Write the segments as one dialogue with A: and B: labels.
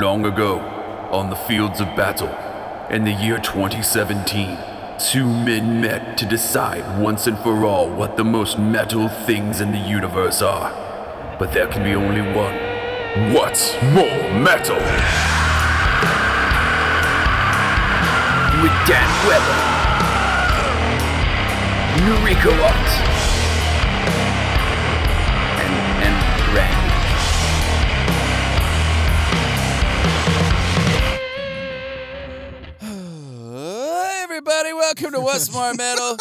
A: Long ago, on the fields of battle, in the year 2017, two men met to decide once and for all what the most metal things in the universe are. But there can be only one. What's more metal? With Dan Weber, Noriko Ott, and, and Randy.
B: Hey, everybody, welcome to What's More Metal.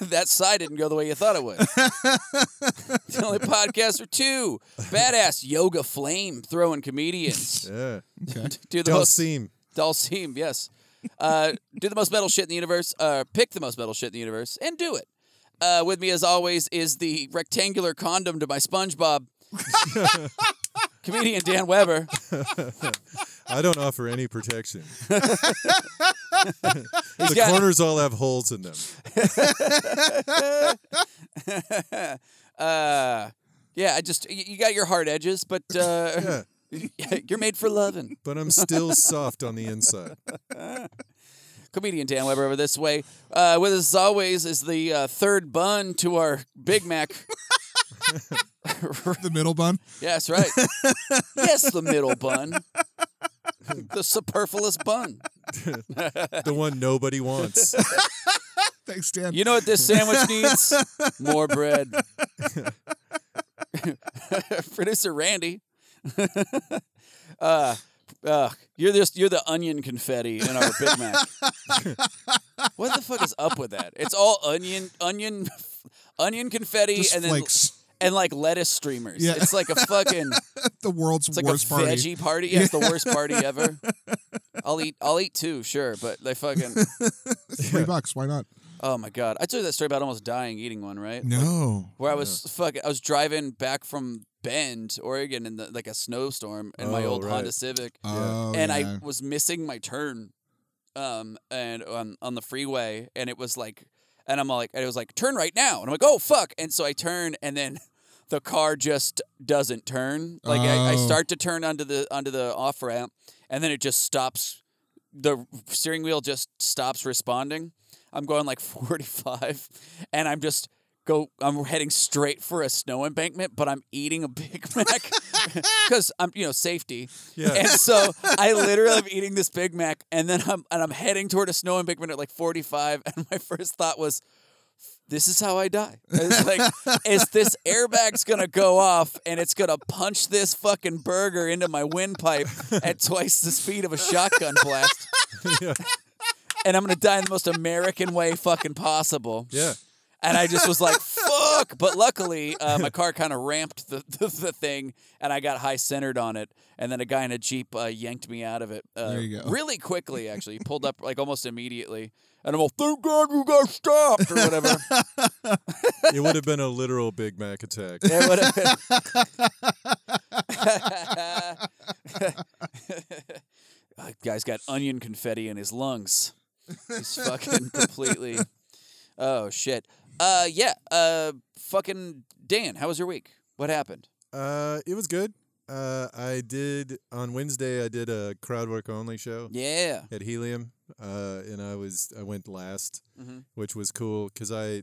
B: that sigh didn't go the way you thought it would. the only podcast for two badass yoga flame throwing comedians
C: Yeah.
B: do the
C: Don't
B: most
C: seem.
B: Dalseem, yes. Uh, do the most metal shit in the universe. Uh, pick the most metal shit in the universe and do it. Uh, with me, as always, is the rectangular condom to my SpongeBob. Comedian Dan Weber.
C: I don't offer any protection. the
B: got-
C: corners all have holes in them.
B: Uh, yeah, I just you, you got your hard edges, but uh, you're made for loving.
C: But I'm still soft on the inside.
B: Comedian Dan Weber over this way. Uh, with us as always is the uh, third bun to our Big Mac.
D: the middle bun.
B: Yes, right. yes, the middle bun, the superfluous bun.
C: The one nobody wants.
D: Thanks, Dan.
B: You know what this sandwich needs? More bread. Producer Randy. uh, uh, you're this you're the onion confetti in our Big Mac. what the fuck is up with that? It's all onion onion onion confetti
D: Just
B: and then
D: flakes.
B: and like lettuce streamers.
D: Yeah.
B: It's like a fucking
D: the world's
B: it's like
D: worst
B: a
D: party.
B: veggie party. Yeah, it's the worst party ever. I'll eat I'll eat two, sure, but they fucking
D: Three bucks. Why not?
B: Oh my god. I told you that story about almost dying eating one, right?
D: No.
B: where I was fucking, I was driving back from Bend, Oregon, in the, like a snowstorm in my
C: Oh,
B: old
C: right.
B: Honda Civic,
D: Oh,
B: and
D: yeah.
B: I was missing my turn, um, and on on the freeway, and it was like, and I'm like, and it was like, turn right now, and I'm like, oh fuck, and so I turn, and then. The car just doesn't turn. Like I, I
D: Oh.
B: start to turn onto the onto the off ramp, and then it just stops. The steering wheel just stops responding. I'm going like 45, and I'm just go. I'm heading straight for a snow embankment, but I'm eating a Big Mac because I'm you know safety.
C: Yeah.
B: And so I literally am eating this Big Mac, and then I'm and I'm heading toward a snow embankment at like 45, and my first thought was. This is how I die. It's like, is this airbag's gonna go off and it's gonna punch this fucking burger into my windpipe at twice the speed of a shotgun blast?
C: yeah.
B: and I'm gonna die in the most American way fucking possible.
C: Yeah.
B: And I just was like, fuck. But luckily, uh, my car kind of ramped the, the, the thing and I got high centered on it. And then a guy in a Jeep uh, yanked me out of it uh,
D: There you go.
B: really quickly, actually. He pulled up like almost immediately. And I'm all, thank God you got stopped or whatever.
C: It would have been a literal Big Mac attack.
B: It would've been- Uh, guy's got onion confetti in his lungs. He's fucking completely. Oh shit. Uh yeah. Uh fucking Dan, how was your week? What happened?
C: Uh, it was good. Uh, I did on Wednesday. I did a crowd work only show
B: Yeah.
C: at Helium, uh, and I was I went last,
B: Mhm.
C: which was cool because I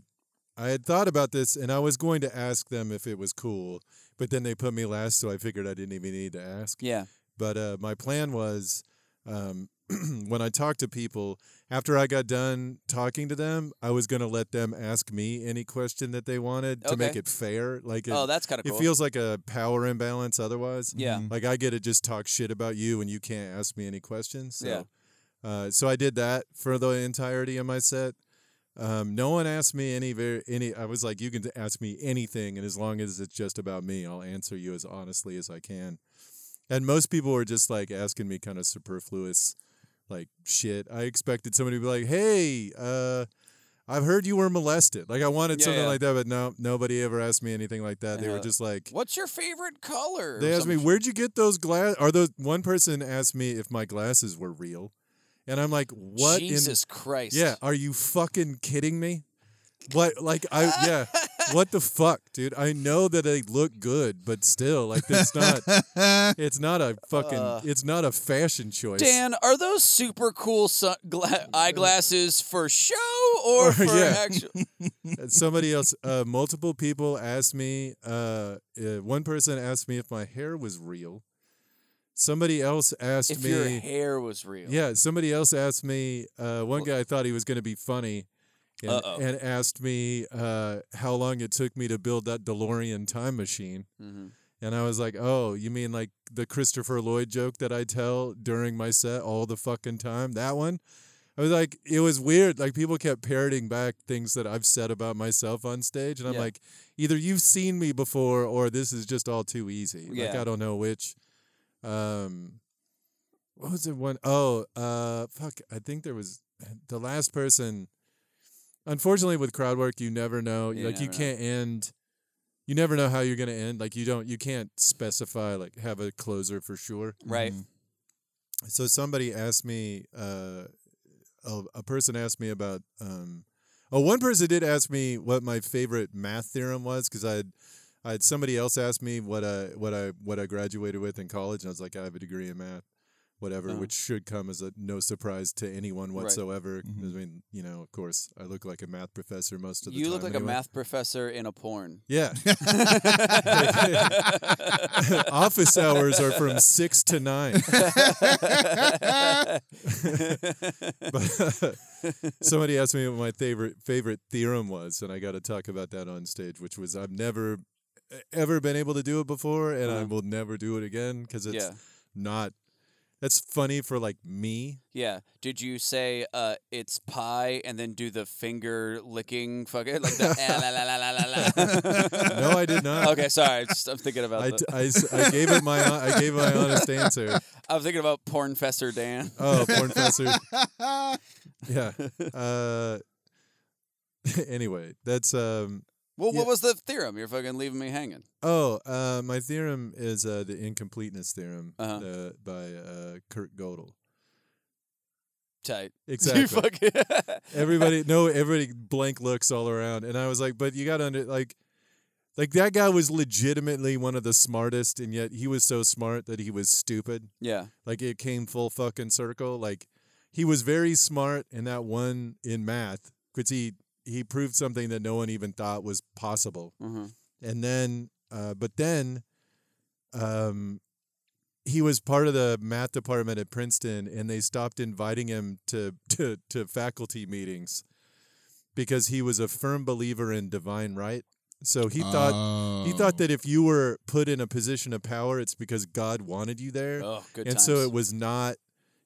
C: I had thought about this and I was going to ask them if it was cool, but then they put me last, so I figured I didn't even need to ask.
B: Yeah.
C: But uh, my plan was um, when I talked to people, after I got done talking to them, I was going to let them ask me any question that they wanted to make
B: Okay.
C: it fair. Like, it,
B: Oh, that's kind of
C: it
B: cool.
C: feels like a power imbalance otherwise.
B: Yeah.
C: Like, I get to just talk shit about you and you can't ask me any questions. So,
B: Yeah.
C: uh, so I did that for the entirety of my set. Um, no one asked me any very any. I was like, you can ask me anything, and as long as it's just about me, I'll answer you as honestly as I can. And most people were just like asking me kind of superfluous, like shit. I expected somebody to be like, hey, uh, I've heard you were molested. Like I wanted
B: Yeah,
C: something
B: yeah.
C: like that, but no, nobody ever asked me anything like that. They
B: Yeah.
C: were just like,
B: What's your favorite color? or
C: they asked me,
B: some sh-
C: "Where'd you get those glass?" Are those? One person asked me if my glasses were real, and I'm like, "What?"
B: Jesus
C: in
B: Christ.
C: yeah, are you fucking kidding me? What? Like I yeah, what the fuck, dude? I know that they look good, but still, like it's not it's not a fucking
B: Uh.
C: it's not a fashion choice.
B: Dan, are those super cool su- gla- eyeglasses for show or,
C: Or-
B: for
C: yeah.
B: actual?
C: Uh, Somebody else, uh, multiple people asked me. Uh, uh, one person asked me if my hair was real. Somebody else asked
B: if
C: me.
B: your hair was real.
C: Yeah, somebody else asked me. Uh, one
B: Well-
C: guy thought he was going to be funny, and,
B: Uh-oh.
C: and asked me uh, how long it took me to build that DeLorean time machine.
B: Mhm.
C: And I was like, "Oh, you mean like the Christopher Lloyd joke that I tell during my set all the fucking time? That one?" I was like, "It was weird. Like people kept parroting back things that I've said about myself on stage, and I'm
B: Yeah.
C: like, either you've seen me before, or this is just all too easy. Like
B: Yeah.
C: I don't know which." Um, what was it one oh uh fuck i think there was the last person unfortunately with crowd work you never know
B: You
C: like you
B: never know.
C: can't end you never know how you're going to end like you don't you can't specify like have a closer for sure
B: Right.
C: so somebody asked me uh a, a person asked me about um oh one person did ask me what my favorite math theorem was because i had i had somebody else asked me what i what i what i graduated with in college and i was like i have a degree in math whatever
B: Uh-huh.
C: which should come as a no surprise to anyone
B: Right.
C: whatsoever
D: Mhm.
C: i mean you know of course i look like a math professor most of the
B: You
C: time
B: look like
C: anyway.
B: a math professor in a porn.
C: yeah office hours are from six to nine but somebody asked me what my favorite favorite theorem was, and I got to talk about that on stage, which was I've never e-, ever been able to do it before, and I
B: Uh-huh.
C: will never do it again because it's
B: yeah.
C: not. That's funny for like me.
B: Yeah. Did you say uh, it's pie and then do the finger licking fucking like the eh, la, la, la, la, la, la.
C: No, I did not.
B: Okay, sorry. I'm, just, I'm thinking about
C: I,
B: the-
C: t- I s- I gave it my hon- I gave my honest answer.
B: I'm thinking about Pornfester Dan.
C: Oh, porn professor. Yeah. Uh, anyway, that's um.
B: Well,
C: Yeah.
B: what was the theorem? You're fucking leaving me hanging.
C: Oh, uh, my theorem is uh, the incompleteness theorem
B: Uh-huh.
C: uh, by uh, Kurt Gödel.
B: Tight. You
C: Exactly.
B: fucking
C: everybody, no, everybody blank looks all around, and I was like, but you got to under like, like that guy was legitimately one of the smartest, and yet he was so smart that he was stupid.
B: yeah.
C: Like it came full fucking circle. Like he was very smart in that one in math, because he he proved something that no one even thought was possible
B: Mhm.
C: and then uh, but then um he was part of the math department at Princeton and they stopped inviting him to to to faculty meetings because he was a firm believer in divine right so he thought he
D: Oh.
B: Oh.
C: thought that if you were put in a position of power it's because God wanted you there
B: Oh, good
C: and
B: times.
C: so it was not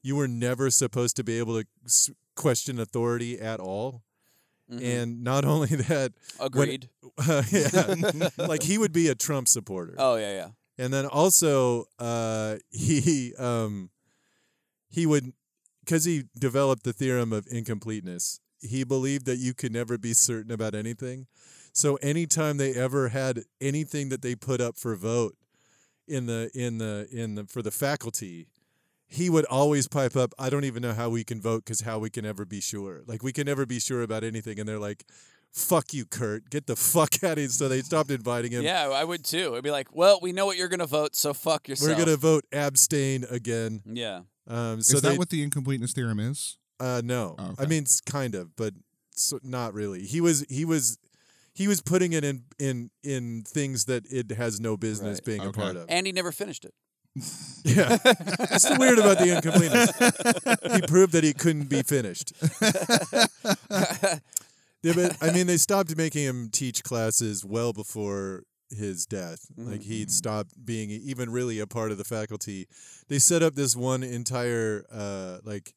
C: you were never supposed to be able to s- question authority at all
B: Mhm.
C: and not only that
B: agreed.
C: yeah like he would be a Trump supporter.
B: oh yeah, yeah.
C: And then also uh, he um, he would because he developed the theorem of incompleteness. He believed that you could never be certain about anything. So anytime they ever had anything that they put up for vote in the in the in the for the faculty, he would always pipe up, I don't even know how we can vote because how we can ever be sure. Like we can never be sure about anything. And they're like, fuck you, Kurt. Get the fuck out of here. So they stopped inviting him.
B: Yeah, I would too. I'd be like, well, we know what you're gonna vote, so fuck yourself.
C: We're gonna vote abstain again.
B: Yeah.
C: Um, so
D: Is that
C: they-
D: what the incompleteness theorem is?
C: uh, no,
D: Oh,
C: I
D: okay.
C: mean it's kind of, but so, not really. He was he was he was putting it in in in things that it has no business
B: Right.
C: being a
D: Okay.
C: part of.
B: And he never finished it.
C: yeah, that's the weird about the incompleteness. he proved that he couldn't be finished. Yeah, but I mean, they stopped making him teach classes well before his death. Like he'd stopped being even really a part of the faculty. They set up this one entire uh, like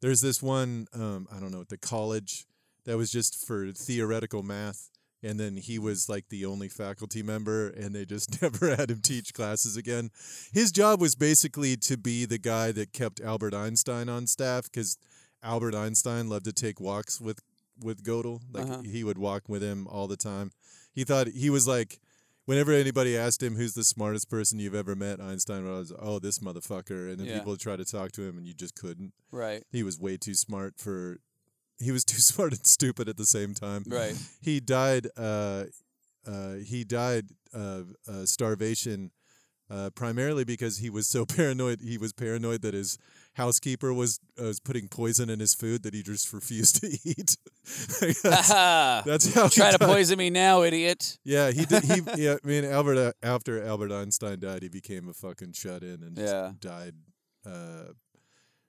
C: there's this one um, I don't know the college that was just for theoretical math. And then he was like the only faculty member, and they just never had him teach classes again. His job was basically to be the guy that kept Albert Einstein on staff because Albert Einstein loved to take walks with with Gödel. Like
B: Uh-huh.
C: he would walk with him all the time. He thought he was like, whenever anybody asked him who's the smartest person you've ever met, Einstein was, oh, this motherfucker. And then
B: Yeah.
C: people would try to talk to him, and you just couldn't.
B: Right.
C: He was way too smart for. He was too smart and stupid at the same time
B: Right.
C: he died uh uh, he died of uh, starvation uh, primarily because he was so paranoid. He was paranoid that his housekeeper was uh, was putting poison in his food that he just refused to eat. Like, that's,
B: Aha!
C: that's how he
B: Try to
C: died.
B: poison me now, idiot.
C: Yeah, he did. He yeah. I mean, Albert uh, after Albert Einstein died, he became a fucking shut in and just
B: Yeah.
C: died. Uh,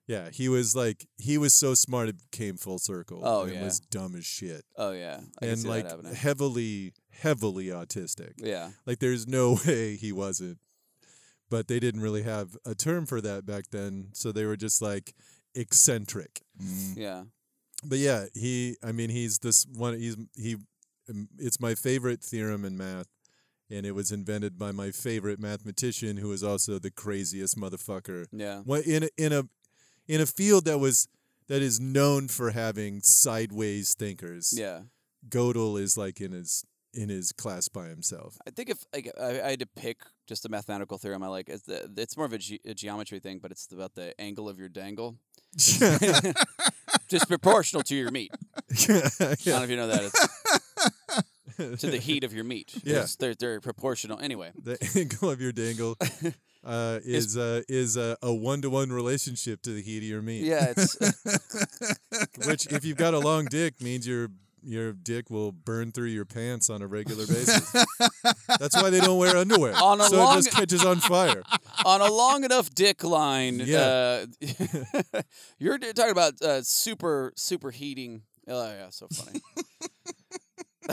C: yeah, he was like he was so smart it came full circle.
B: Oh,
C: and
B: yeah.
C: was dumb as shit
B: Oh yeah, I can
C: and
B: see
C: like
B: that happening.
C: heavily heavily autistic.
B: Yeah,
C: Like there's no way he wasn't. But they didn't really have a term for that back then, so they were just like eccentric.
B: yeah.
C: But yeah, he I mean he's this one he's he um, it's my favorite theorem in math and it was invented by my favorite mathematician who is also the craziest motherfucker.
B: Yeah.
C: Well, in a, in a in a field that was that is known for having sideways thinkers.
B: Yeah.
C: Godel is like in his in his class by himself.
B: I think if like I, I had to pick just a mathematical theorem I like, it's, the, it's more of a, ge- a geometry thing, but it's about the angle of your dangle, just proportional to your meat. I don't know if you know that. It's to the heat of your meat.
C: Yeah.
B: It's- they're, they're proportional. Anyway,
C: The angle of your dangle uh, is uh, is uh, a one to one relationship to the heat of your meat.
B: yeah, it's uh,
C: Which, if you've got a long dick, means your your dick will burn through your pants on a regular basis. That's why they don't wear underwear.
B: On a
C: so
B: long-
C: it just catches on fire.
B: on a long enough dick line.
C: Yeah.
B: Uh, you're d- talking about uh, super super heating. Oh yeah, so funny.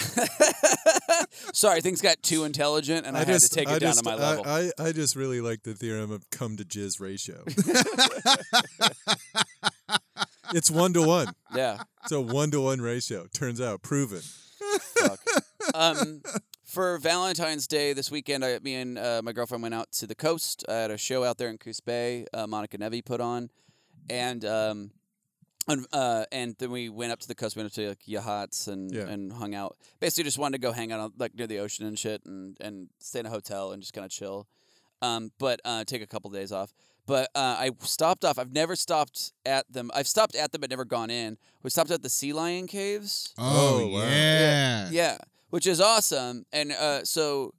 B: Sorry, things got too intelligent, and I, had to take it
C: I
B: down
C: just-
B: to my
C: I-
B: level.
C: I, I just really like the theorem of come to jizz ratio. it's one to one.
B: yeah.
C: It's a one to one ratio. Turns out proven.
B: um, for Valentine's Day this weekend, I, me and uh, my girlfriend went out to the coast. I had a show out there in Coos Bay. Uh, Monica Nevi put on, and um, and, uh, and then we went up to the coast. We went up to like Yahats and
C: Yeah.
B: and hung out. Basically, just wanted to go hang out on, like near the ocean and shit, and and stay in a hotel and just kind of chill. Um, but uh, take a couple days off. But uh, I stopped off. I've never stopped at them. I've stopped at them, but never gone in. We stopped at the Sea Lion Caves.
D: Oh,
C: Oh, wow.
D: yeah.
B: Yeah, which is awesome. And uh, so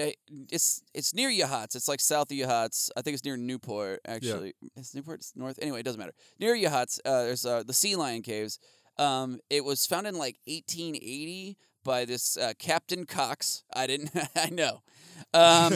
B: uh, it's it's near Yahats. It's like south of Yahats. I think it's near Newport actually. It's Newport. It's north. Anyway, it doesn't matter. Near Yahats, uh, there's uh, the Sea Lion Caves. Um, it was found in like 1880 by this uh, Captain Cox. I didn't. I know. Um,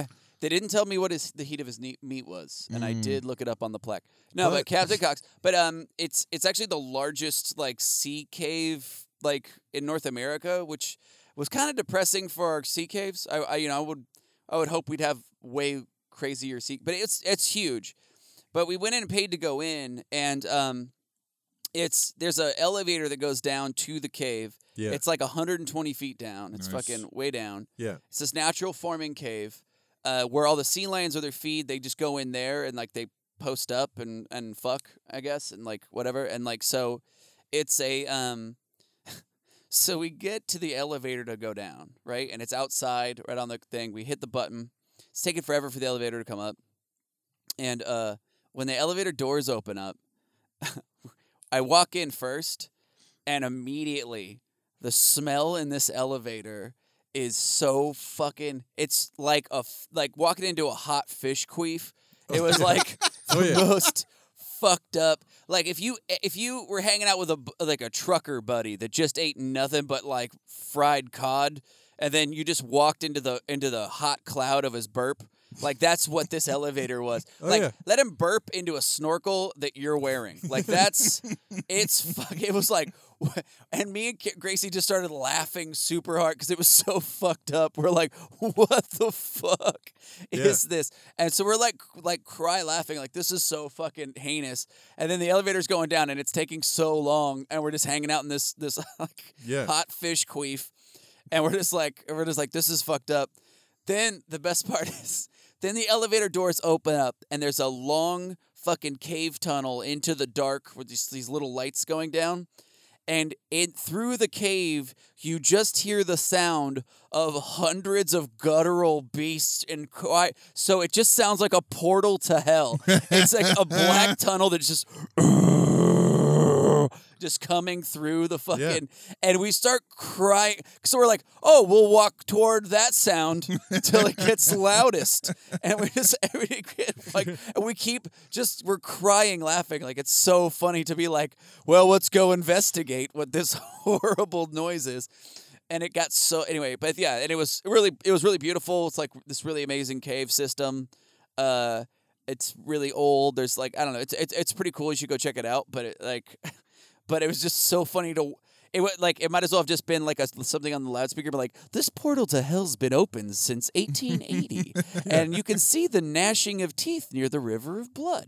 B: they didn't tell me what his the heat of his ne- meat was, and I did look it up on the plaque. No, but
C: Mm. What?
B: Captain Cox. But um, it's it's actually the largest like sea cave like in North America, which was kind of depressing for our sea caves. I, I you know I would I would hope we'd have way crazier sea, but it's it's huge. But we went in and paid to go in, and um, it's there's a elevator that goes down to the cave.
C: Yeah.
B: It's like 120 feet down. It's
D: Nice.
B: fucking way down.
C: yeah.
B: It's this natural forming cave uh, where all the sea lions are their feed. They just go in there and like they post up and and fuck, I guess, and like whatever. And like so, it's a um. So we get to the elevator to go down, right? And it's outside, right on the thing. We hit the button. It's taking forever for the elevator to come up. And uh, when the elevator doors open up, I walk in first, and immediately the smell in this elevator is so fucking. It's like a f- like walking into a hot fish queef. It was like
C: Oh,
B: the
C: yeah.
B: most fucked up. Like if you if you were hanging out with a b- like a trucker buddy that just ate nothing but like fried cod, and then you just walked into the into the hot cloud of his burp. Like that's what this elevator was. like
C: Oh, yeah.
B: let him burp into a snorkel that you're wearing. Like that's it's fuck. It was like, wha- and me and Ki- Gracie just started laughing super hard because it was so fucked up. We're like, what the fuck is this? And so we're like, like cry laughing, like this is so fucking heinous. And then the elevator's going down and it's taking so long, and we're just hanging out in this this like
C: Yeah.
B: hot fish queef, and we're just like, we're just like, this is fucked up. Then the best part is, then the elevator doors open up, and there's a long fucking cave tunnel into the dark with these, these little lights going down. And in through the cave, you just hear the sound of hundreds of guttural beasts and cry. So it just sounds like a portal to hell. It's like a black tunnel that's just just coming through the fucking, and we start crying. So we're like, oh, we'll walk toward that sound till it gets loudest, and we just and we get, like, and we keep just we're crying, laughing. Like it's so funny to be like, well, let's go investigate what this horrible noise is and it got so anyway but yeah and it was really it was really beautiful it's like this really amazing cave system uh it's really old there's like i don't know it's it's, it's pretty cool you should go check it out but it like but it was just so funny to it was like it might as well have just been like a, something on the loudspeaker but like this portal to hell's been open since 1880 and you can see the gnashing of teeth near the river of blood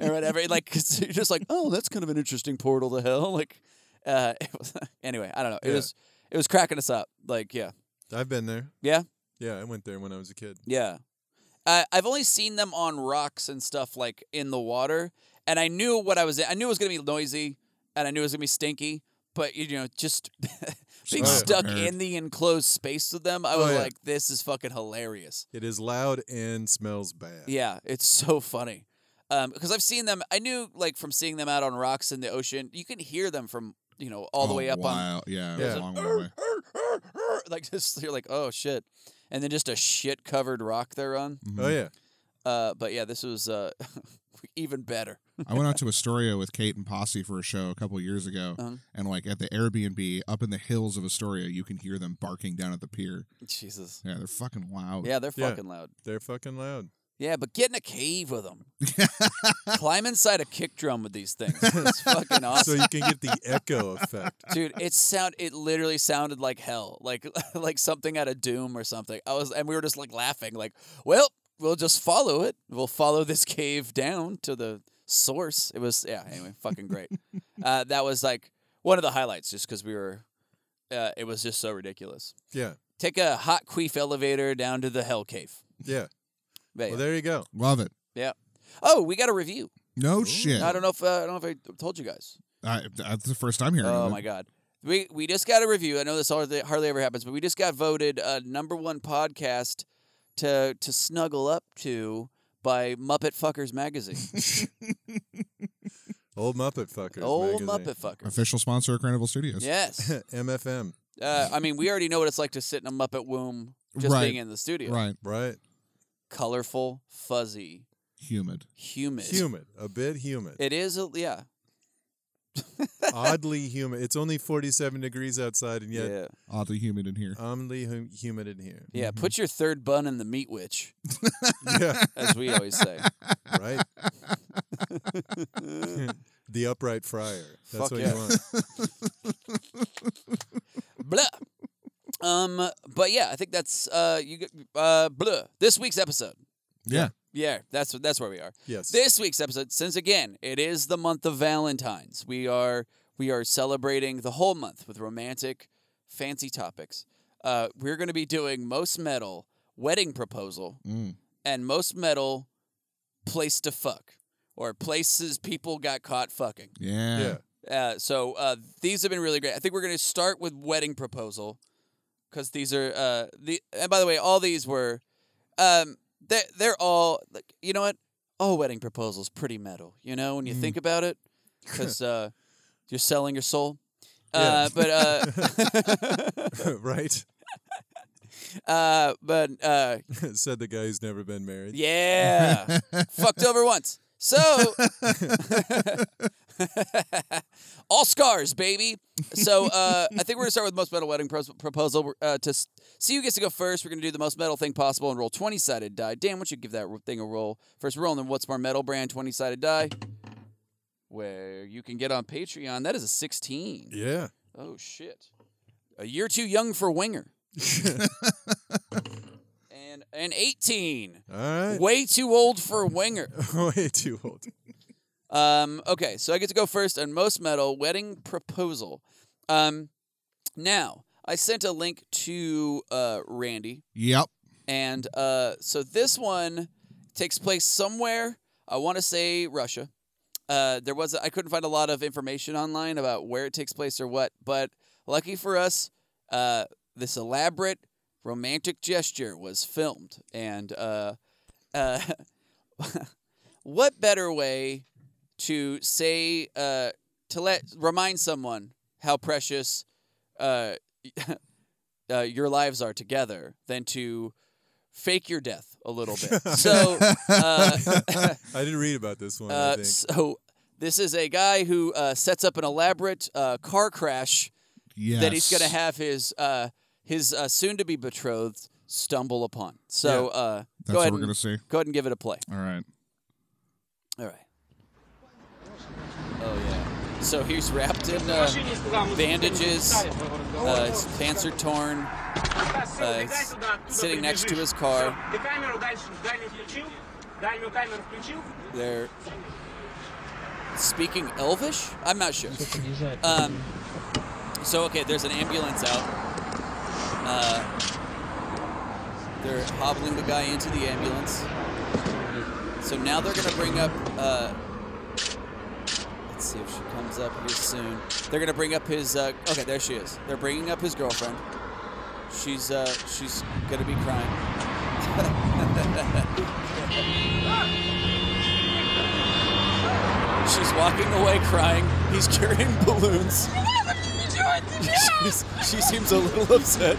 B: or whatever like 'cause you're just like oh that's kind of an interesting portal to hell like uh it was, anyway i don't know it
C: Yeah.
B: was it was cracking us up. Like, yeah,
C: I've been there.
B: yeah,
C: Yeah, I went there when I was a kid.
B: yeah. I I've only seen them on rocks and stuff like in the water, and I knew what I was. I knew it was gonna be noisy, and I knew it was gonna be stinky. But you know, just being
C: Oh, yeah.
B: stuck
D: Nerd.
B: in the enclosed space with them, I
C: Oh,
B: was
C: yeah.
B: like, this is fucking hilarious.
C: It is loud and smells bad.
B: Yeah, it's so funny. Um, because I've seen them. I knew like from seeing them out on rocks in the ocean, you can hear them from you know all the
D: Oh,
B: way up on
D: wow. Yeah, it was a
C: Yeah.
D: long way away.
B: Oh, like just you're like oh shit and then just a shit covered rock they're on
D: Mhm.
C: Oh yeah.
B: uh but yeah this was uh even better
D: I went out to Astoria with Kate and Posse for a show a couple years ago,
B: Uh-huh.
D: and like at the Airbnb up in the hills of Astoria, you can hear them barking down at the pier.
B: jesus
D: Yeah, they're fucking loud.
B: yeah they're
C: Yeah.
B: fucking loud
C: They're fucking loud.
B: yeah but get in a cave with them climb inside a kick drum with these things it's fucking
C: So
B: awesome
C: you can get the echo effect.
B: dude it sound it literally sounded like hell like like something out of doom or something i was and we were just like laughing like well we'll just follow it we'll follow this cave down to the source it was yeah anyway fucking great uh, that was like one of the highlights just because we were uh, it was just so ridiculous
C: Yeah.
B: take a hot queef elevator down to the hell cave
C: Yeah.
B: But
C: Well,
B: yeah.
C: there you go.
D: Love it.
B: oh we got a review
D: No
C: Ooh.
D: shit.
B: i don't know if uh, i don't know if i told you guys
D: I, that's the first time hearing.
B: Oh
D: of it.
B: my god. We we just got a review. I know this hardly, hardly ever happens, but we just got voted uh, number one podcast to to snuggle up to by Muppet Fuckers magazine.
C: Old Muppet fuckers.
B: Old
C: magazine.
B: Muppet Fucker.
D: Official sponsor of Carnival Studios.
B: Yes.
C: MFM.
B: Uh, I mean, we already know what it's like to sit in a Muppet womb just
D: Right.
B: being in the studio.
D: Right.
C: Right.
B: Colorful, fuzzy,
D: Humid.
B: humid.
C: Humid. A bit humid.
B: It is, a, yeah.
C: Oddly humid. It's only 47 degrees outside, and yet
B: Yeah.
D: Oddly humid in here.
C: oddly hum- humid in here.
B: Yeah. Put your third bun in the meat witch,
C: yeah.
B: as we always say.
C: Right. the upright fryer. That's
B: Fuck
C: what
B: yeah.
C: you want.
B: blah. Um, but yeah, I think that's uh, you g- uh, blah. This week's episode.
D: Yeah.
B: Yeah, that's that's where we are.
C: Yes.
B: This week's episode, since again it is the month of Valentine's, we are we are celebrating the whole month with romantic, fancy topics. Uh, we're going to be doing most metal wedding proposal
D: Mm.
B: and most metal place to fuck or places people got caught fucking.
D: Yeah.
C: yeah.
B: Uh, so uh, these have been really great. I think we're going to start with wedding proposal because these are uh, the. And by the way, all these were, um, they're they're all like you know what? All wedding proposals pretty metal. You know when you think about it, because uh, you're selling your soul. Uh, But
C: right.
B: uh, uh, but uh,
C: Said the guy who's never been married.
B: Yeah. Fucked over once. So all scars, baby. So uh, I think we're gonna start with most metal wedding pros- proposal. We're, Uh, to s- see who gets to go first, we're gonna do the most metal thing possible and roll twenty sided die. Dan, why don't you give that ro- thing a roll? First roll, and then what's more metal brand twenty sided die, where you can get on Patreon. That is a sixteen.
C: Yeah.
B: Oh shit. A year too young for winger. and an eighteen.
C: All right.
B: Way too old for winger.
C: Way too old.
B: Um, okay, so I get to go first on most metal wedding proposal. Um, now I sent a link to uh, Randy,
D: Yep.
B: and uh, so this one takes place somewhere. I want to say Russia. Uh, there was I couldn't find a lot of information online about where it takes place or what, but lucky for us, uh, this elaborate romantic gesture was filmed, and uh, uh, what better way to say uh, to let remind someone how precious uh, uh, your lives are together than to fake your death a little bit. so, uh,
C: I didn't read about this one. I
B: uh,
C: think.
B: so this is a guy who uh, sets up an elaborate uh, car crash
D: Yes.
B: that he's going to have his uh, his uh, soon to be betrothed stumble upon. So uh,
D: That's
B: go ahead,
D: what we're
B: and,
D: gonna see.
B: go ahead and give it a play.
D: All right.
B: All right. Oh yeah. So he's wrapped in uh, bandages, uh, his pants are torn.
E: uh,
B: с-
E: sitting next to his car.
B: They're speaking Elvish. I'm not sure. Um, so okay, there's an ambulance out. Uh, they're hobbling the guy into the ambulance. So now they're gonna bring up. Uh, let's see if she comes up here soon. They're gonna bring up his. Uh, okay, there she is. They're bringing up his girlfriend. She's uh, she's gonna be crying. She's walking away crying. He's carrying balloons. She's, she seems a little upset.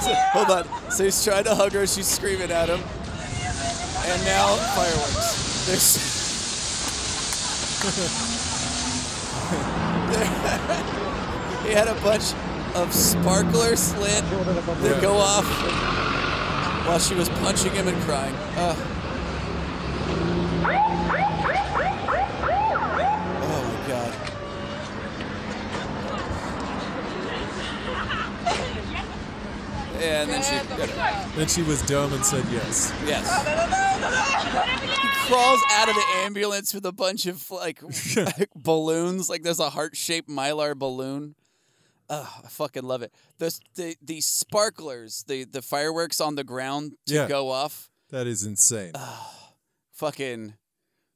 B: So- hold on. So he's trying to hug her. She's screaming at him. And now fireworks. There's. he had a bunch of sparklers lit that go off while she was punching him and crying. Ugh. Oh my god. And then she
C: Then she was dumb and said yes.
B: yes crawls out of the ambulance with a bunch of like balloons. Like there's a heart shaped mylar balloon. Ugh, I fucking love it. The the, the sparklers, the, the fireworks on the ground to
C: Yeah.
B: go off.
C: That is insane.
B: Fucking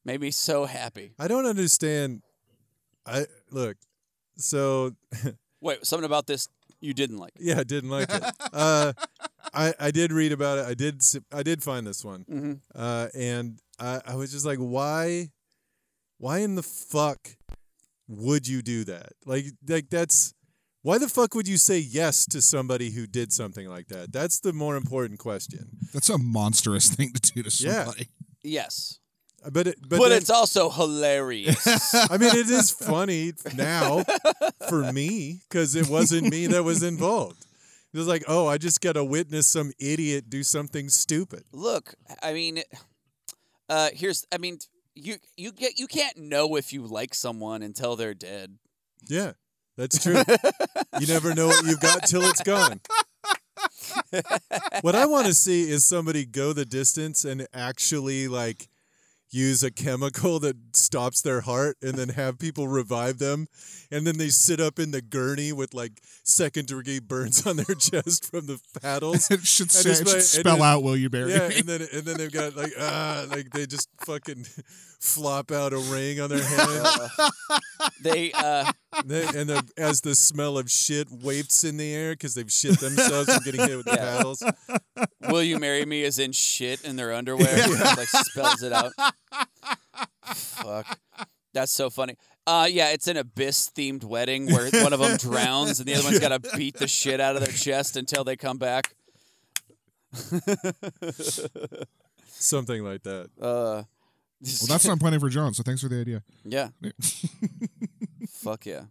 B: made me so happy.
C: I don't understand. I look. So
B: Wait, something about this you didn't like.
C: yeah, I didn't like it. Uh, I I did read about it. I did s- I did find this one,
B: Mhm.
C: uh, and I, I was just like, why, why in the fuck would you do that? Like like that's why the fuck would you say yes to somebody who did something like that? That's the more important question.
D: That's a monstrous thing to do to
C: Yeah.
D: somebody.
B: Yes.
C: But it, but,
B: But,
C: then-
B: it's also hilarious.
C: I mean, it is funny now for me because it wasn't me that was involved. It was like, oh, I just got to witness some idiot do something stupid.
B: Look, I mean uh here's I mean you you get you can't know if you like someone until they're dead.
C: Yeah, that's true. you never know what you've got till it's gone. what I want to see is somebody go the distance and actually like use a chemical that stops their heart and then have people revive them and then they sit up in the gurney with like second degree burns on their chest from the paddles
D: it should, say, it
C: just
D: should
C: like- it
D: spell
C: is-
D: out, "Will you bury
C: Yeah,
D: me?"
C: and then and then they've got like ah, like they just fucking flop out a ring on their hand,
B: They uh
C: and, they, and the, as the smell of shit wafts in the air because they've shit themselves from getting hit with the
B: Yeah.
C: paddles.
B: Will you marry me is in shit in their underwear. Like spells it out. Fuck. That's so funny. Uh, yeah, it's an abyss themed wedding where one of them drowns and the other one's got to beat the shit out of their chest until they come back.
C: something like that.
B: Uh,
D: Well, that's what I'm planning for John. So thanks for the idea.
B: yeah. Fuck yeah.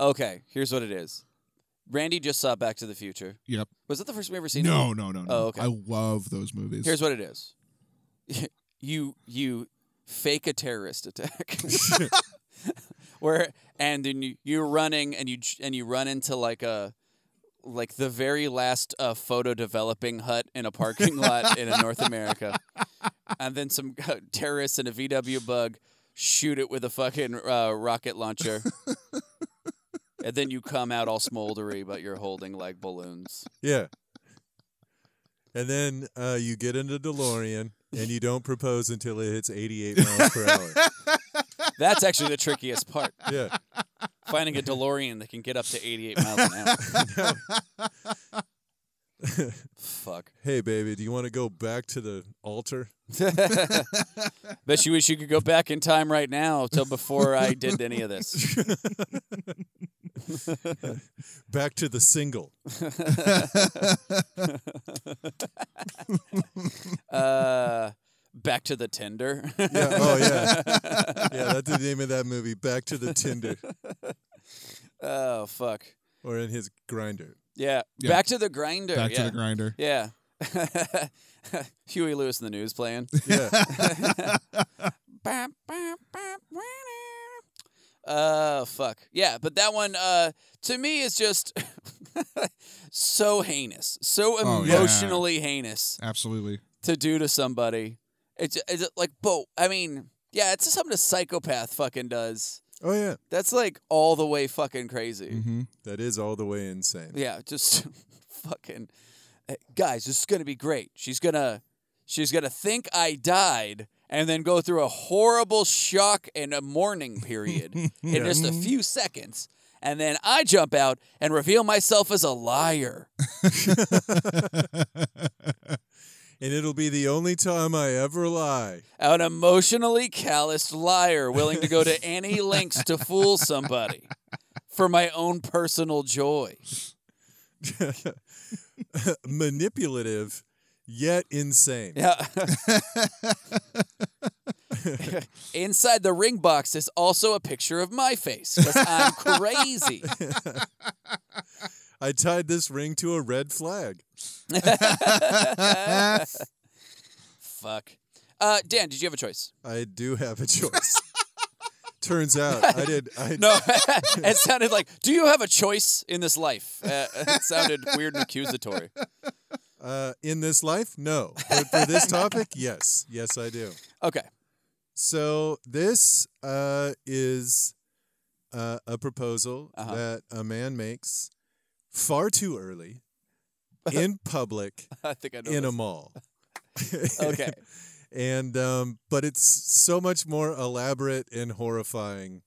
B: Okay, here's what it is. Randy just saw Back to the Future.
D: Yep.
B: Was that the first we ever seen? it?
D: No, no, no, no.
B: Oh, okay.
D: I love those movies.
B: Here's what it is. You you fake a terrorist attack. Where and then you, you're running and you j- and you run into like a like the very last uh, photo developing hut in a parking lot in North America. And then some terrorists in a VW bug shoot it with a fucking uh, rocket launcher. and then you come out all smoldery but you're holding like balloons.
C: Yeah. And then uh, you get into DeLorean and you don't propose until it hits 88 miles per hour.
B: That's actually the trickiest part.
C: Yeah.
B: finding a DeLorean that can get up to 88 miles an hour. Fuck.
C: Hey, baby, do you want to go back to the altar?
B: Bet you wish you could go back in time right now till before I did any of this.
C: Back to the single.
B: Uh, back to the Tinder.
C: Yeah, oh, yeah. Yeah, that's the name of that movie, Back to the Tinder,
B: oh fuck.
C: or in his grinder.
B: Yeah.
D: Yeah.
B: Back to the grinder.
D: Back
B: yeah.
D: to the grinder.
B: Yeah. Huey Lewis in the news playing.
C: Yeah.
B: Uh fuck. Yeah, but that one uh to me is just so heinous. So
D: Oh, yeah.
B: emotionally heinous
D: Absolutely.
B: to do to somebody. It's, it's like but I mean, yeah, it's just something a psychopath fucking does.
C: Oh, yeah.
B: That's like all the way fucking crazy.
D: hmm
C: That is all the way insane.
B: Yeah, just fucking eh, guys, this is gonna be great. She's gonna she's gonna think I died and then go through a horrible shock and a mourning period in just a few seconds. And then I jump out and reveal myself as a liar.
C: And it'll be the only time I ever lie.
B: An emotionally calloused liar willing to go to any lengths to fool somebody for my own personal joy.
C: Manipulative, yet insane.
B: Yeah. Inside the ring box is also a picture of my face because I'm crazy.
C: I tied this ring to a red flag.
B: Fuck. Uh, Dan, did you have a choice?
C: I do have a choice. Turns out I did. I,
B: No, it sounded like, do you have a choice in this life? Uh, it sounded weird and accusatory.
C: Uh, in this life, no. But for this topic, yes. Yes, I do.
B: Okay.
C: So this uh, is uh, a proposal
B: Uh-huh.
C: that a man makes far too early in public
B: I think I know.
C: in a
B: this.
C: mall.
B: Okay.
C: and um, but it's so much more elaborate and horrifying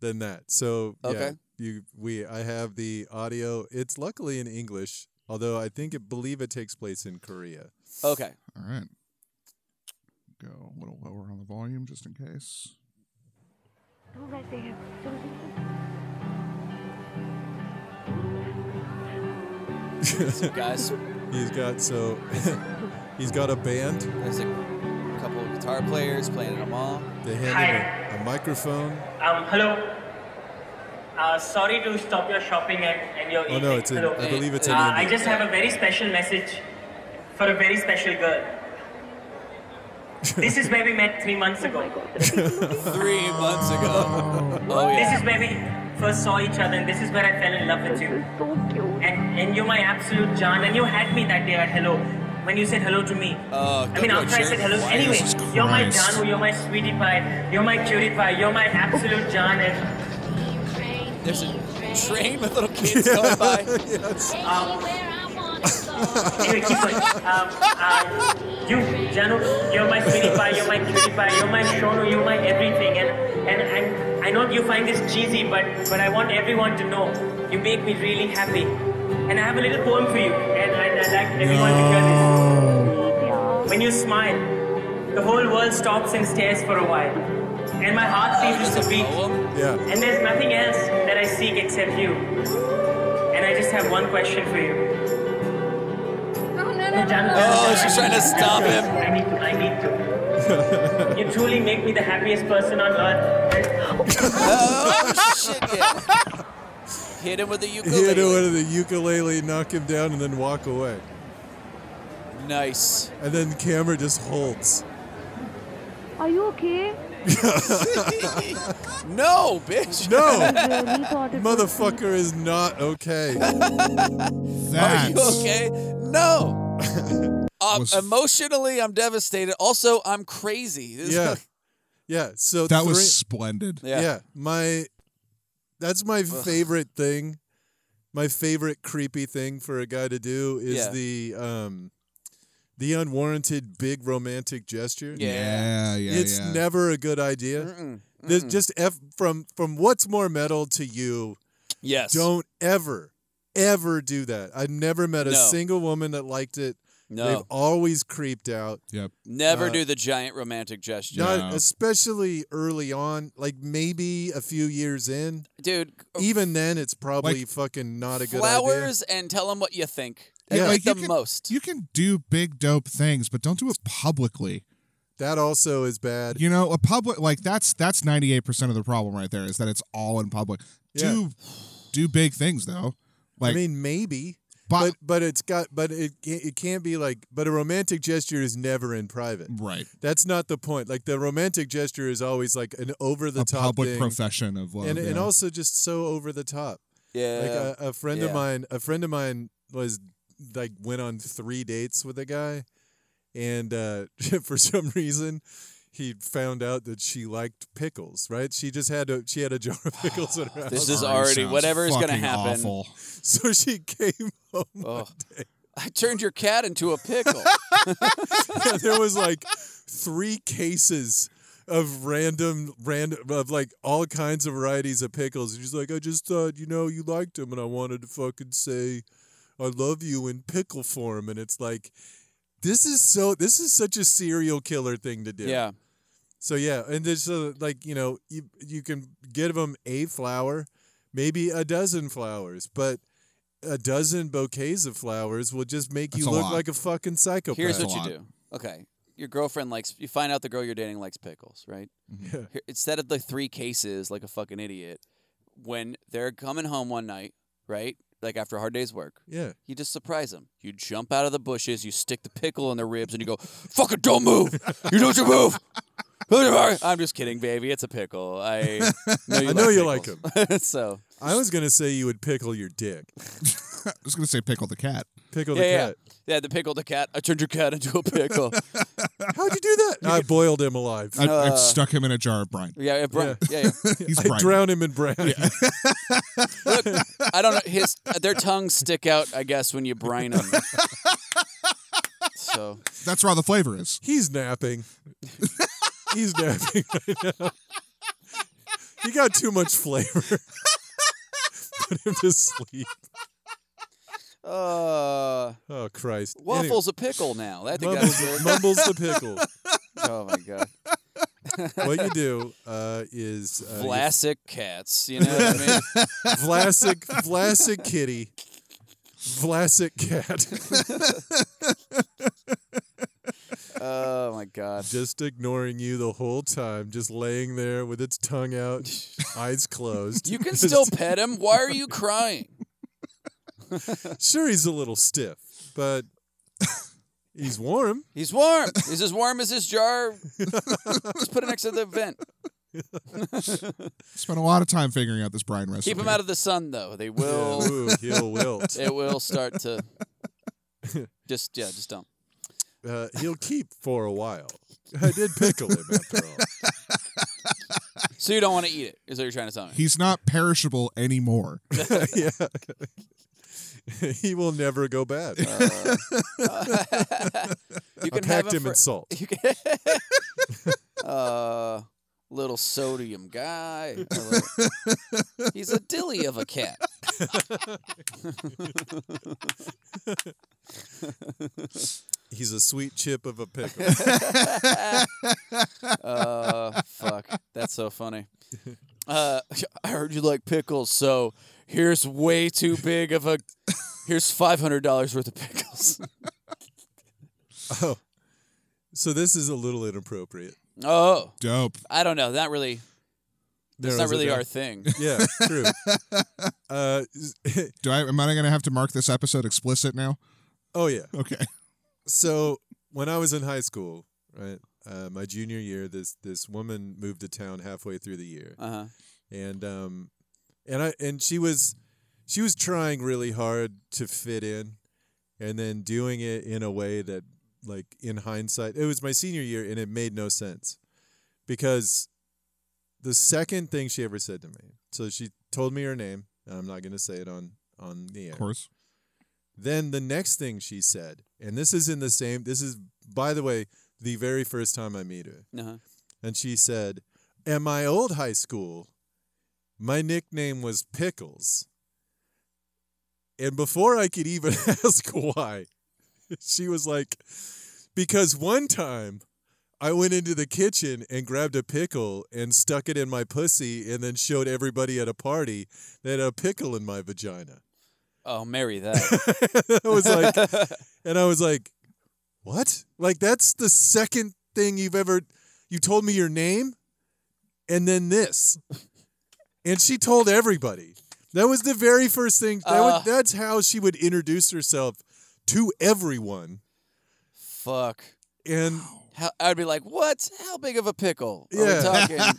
C: than that. So yeah,
B: Okay.
C: you we I have the audio. It's luckily in English, although I think it believe it takes place in Korea.
B: Okay.
D: All right. Go a little lower on the volume just in case.
F: Don't let them. Don't let them.
B: Guys,
C: He's got so he's got a band.
B: there's a couple of guitar players playing in a mall.
C: They hand him a, a microphone.
G: Um, hello. Uh, sorry to stop your shopping and, and your
C: Oh
G: eating.
C: no, it's in,
G: hello.
C: I believe it's in
G: uh, I
C: English.
G: just have a very special message for a very special girl. this is where we met three months ago.
B: Three months ago. Oh,
G: This
B: yeah.
G: is where we first saw each other, and this is where I fell in love with you.
F: So cute.
G: And and you're my absolute John, and you had me that day at hello when you said hello to me.
B: Uh,
G: I mean,
B: good
G: after I
B: Richard.
G: said hello,
B: Why
G: anyway,
D: Jesus
G: you're my
D: Christ.
G: John, you're my sweetie pie, you're my cutie pie, you're my absolute John, and
B: There's a train with little kids going by.
G: Um, Anyway, keep going. Um, uh, you, Janu, you're my sweetie pie, you're my cutie pie, you're my Shonu, you're my everything. And, and and I know you find this cheesy, but but I want everyone to know you make me really happy. And I have a little poem for you, and I, I'd like everyone to hear this. When you smile, the whole world stops and stares for a while, and my heart ceases to beat.
C: Yeah.
G: And there's nothing else that I seek except you. And I just have one question for you.
B: Oh, she's trying to stop him.
G: I need to. I need to. you truly make me the happiest person on earth. And
B: Oh shit! Yeah. Hit him with the
C: He
B: ukulele.
C: had one of the ukulele, knock him down, and then walk away.
B: Nice.
C: And then the camera just holds.
F: Are you okay?
B: no, bitch.
C: No,
F: Really thought it was
C: motherfucker is not okay.
B: Are
D: That's
B: you okay? No. Um,
D: Was-
B: emotionally, I'm devastated. Also, I'm crazy. This is-
C: Yeah, yeah. So
D: that
C: three-
D: was splendid.
B: yeah.
C: yeah. My that's my favorite thing. My favorite creepy thing for a guy to do is
B: Yeah.
C: the um the unwarranted big romantic gesture.
D: Yeah,
B: Yeah.
D: yeah,
C: it's
D: yeah.
C: never a good idea. There's just f from from what's more metal to you.
B: Yes.
C: Don't ever ever do that. I've never met a
B: No.
C: single woman that liked it. They've
B: No,
C: always creeped out.
D: Yep.
B: never
C: uh,
B: do the giant romantic gesture,
C: Not
D: Yeah.
C: especially early on, like maybe a few years in.
B: dude.
D: Oh.
C: Even then, it's probably fucking not a good
B: flowers and tell them what you think.
C: Yeah.
B: Yeah,
C: Like,
B: the
D: you can-
B: most.
D: You can do big dope things, but don't do it publicly.
C: idea. That also is bad.
D: You know, a public like that's that's ninety eight percent of the problem right there is that it's all in public. Do do big things though. Like
C: I mean, maybe,
D: bo-
C: but but it's got but it can't- it can't be like. But a romantic gesture is never in private.
D: right.
C: That's not the point. Like the romantic gesture is always like an over the
D: A
C: top
D: public
C: thing,
D: profession of love.
C: and and
D: yeah.
C: also just so over the top.
B: yeah,
C: Like a, a friend
B: Yeah.
C: of mine, a friend of mine was like went on three dates with a guy, and uh, for some reason, he found out that she liked pickles. Right? She just had a she had a jar of pickles in her house,
B: This is
D: Already
B: already-
D: sounds
B: whatever is gonna
D: fucking
B: happen.
D: awful.
C: so she came home. one
B: Ugh.
C: day.
B: I turned your cat into a pickle.
C: Yeah, there was like three cases of random random of like all kinds of varieties of pickles and she's like i just thought you know you liked them and i wanted to fucking say i love you in pickle form and it's like this is so this is such a serial killer thing to do
B: yeah,
C: so yeah and there's uh, like you know you, you can give them a flower maybe a dozen flowers but a dozen bouquets of flowers will just make
D: That's a
C: you look
D: lot.
C: like a fucking psychopath
B: here's what
D: a
B: you
D: lot.
B: do. Okay, your girlfriend likes. You find out the girl you're dating likes pickles, right?
C: Yeah.
B: Here- instead of the three cases, like a fucking idiot, when they're coming home one night, right? Like after a hard day's work,
C: yeah
B: You just surprise them. You jump out of the bushes, you stick the pickle in their ribs, and you go, fucking don't move. You don't you move. I'm just kidding, baby. It's a pickle. I know you,
C: I know you
B: like,
C: like 'em.
B: them. so,
C: I was gonna say you would pickle your dick,
D: I was gonna say pickle the cat.
C: pickle
B: yeah,
C: the
B: yeah.
C: cat.
B: Yeah, the pickle, the cat. I turned your cat into a pickle.
C: How'd you do that? I boiled him alive.
D: I,
C: I,
D: I
B: Uh,
D: stuck him in a jar of brine.
B: yeah, yeah, Brian. Yeah, yeah.
D: He's brine.
C: drowned him in brine.
B: Look, I don't know. His uh, Their tongues stick out, I guess, when you brine them. so,
D: That's where all the flavor is.
C: He's napping. He's napping right now. He got too much flavor. Put him to sleep.
B: uh,
C: Oh Christ!
B: waffles a pickle now. I think
C: Anyway,
B: that's
C: mumbles,
B: good.
C: mumbles the pickle.
B: Oh, my God.
C: What you do uh, is uh, you-
B: Vlasic cats, you know what I mean?
C: Vlasic, Vlasic kitty, Vlasic cat.
B: Oh my god.
C: just ignoring you the whole time, just laying there with its tongue out, eyes closed.
B: You can
C: Just-
B: still pet him. Why are you crying?
C: Sure, he's a little stiff, but he's warm.
B: He's warm. He's as warm as his jar. Just put it next to the vent.
D: Spent a lot of time figuring out this brine recipe.
B: Keep him out of the sun though. They will
C: Ooh, he'll wilt.
B: it will start to just yeah, just don't.
C: Uh, he'll keep for a while. I did pickle him after all.
B: So you don't want to eat it, is what you're trying to tell me.
D: He's not perishable anymore.
C: yeah. he will never go bad.
B: You
C: I
B: Uh, can have
C: packed him
B: him
C: in
B: for,
C: salt.
B: you can, uh little sodium guy. I love it. He's a dilly of a cat.
C: He's a sweet chip of a pickle.
B: Uh, fuck. That's so funny. Uh, I heard you like pickles, so here's way too big of a. Here's five hundred dollars worth of pickles.
C: Oh. So this is a little inappropriate.
B: Oh,
D: Dope.
B: I don't know. Not really. That's
C: Narrows
B: not
C: it
B: really
C: down.
B: our thing.
C: Yeah, true. uh,
D: Do I am I gonna have to mark this episode explicit now?
C: oh yeah.
D: Okay.
C: so when I was in high school, right, uh, my junior year, this this woman moved to town halfway through the year,
B: Uh huh.
C: and um, and I and she was she was trying really hard to fit in, and then doing it in a way that, like in hindsight, it was my senior year, and it made no sense, because the second thing she ever said to me, so she told me her name, and I'm not gonna say it on on the air,
D: Of course.
C: then the next thing she said, and this is in the same, this is, by the way, the very first time I meet her.
B: Uh huh.
C: And she said, At my old high school, my nickname was Pickles. And before I could even ask why, she was like, because one time I went into the kitchen and grabbed a pickle and stuck it in my pussy and then showed everybody at a party that a pickle in my vagina.
B: Oh, marry that.
C: I was like, and I was like, what? Like, that's the second thing you've ever, you told me your name and then this. And she told everybody. That was the very first thing. That
B: Uh.
C: was, that's how she would introduce herself to everyone.
B: Fuck.
C: And
B: How, I'd be like, what? How big of a pickle are
C: Yeah.
B: we talking?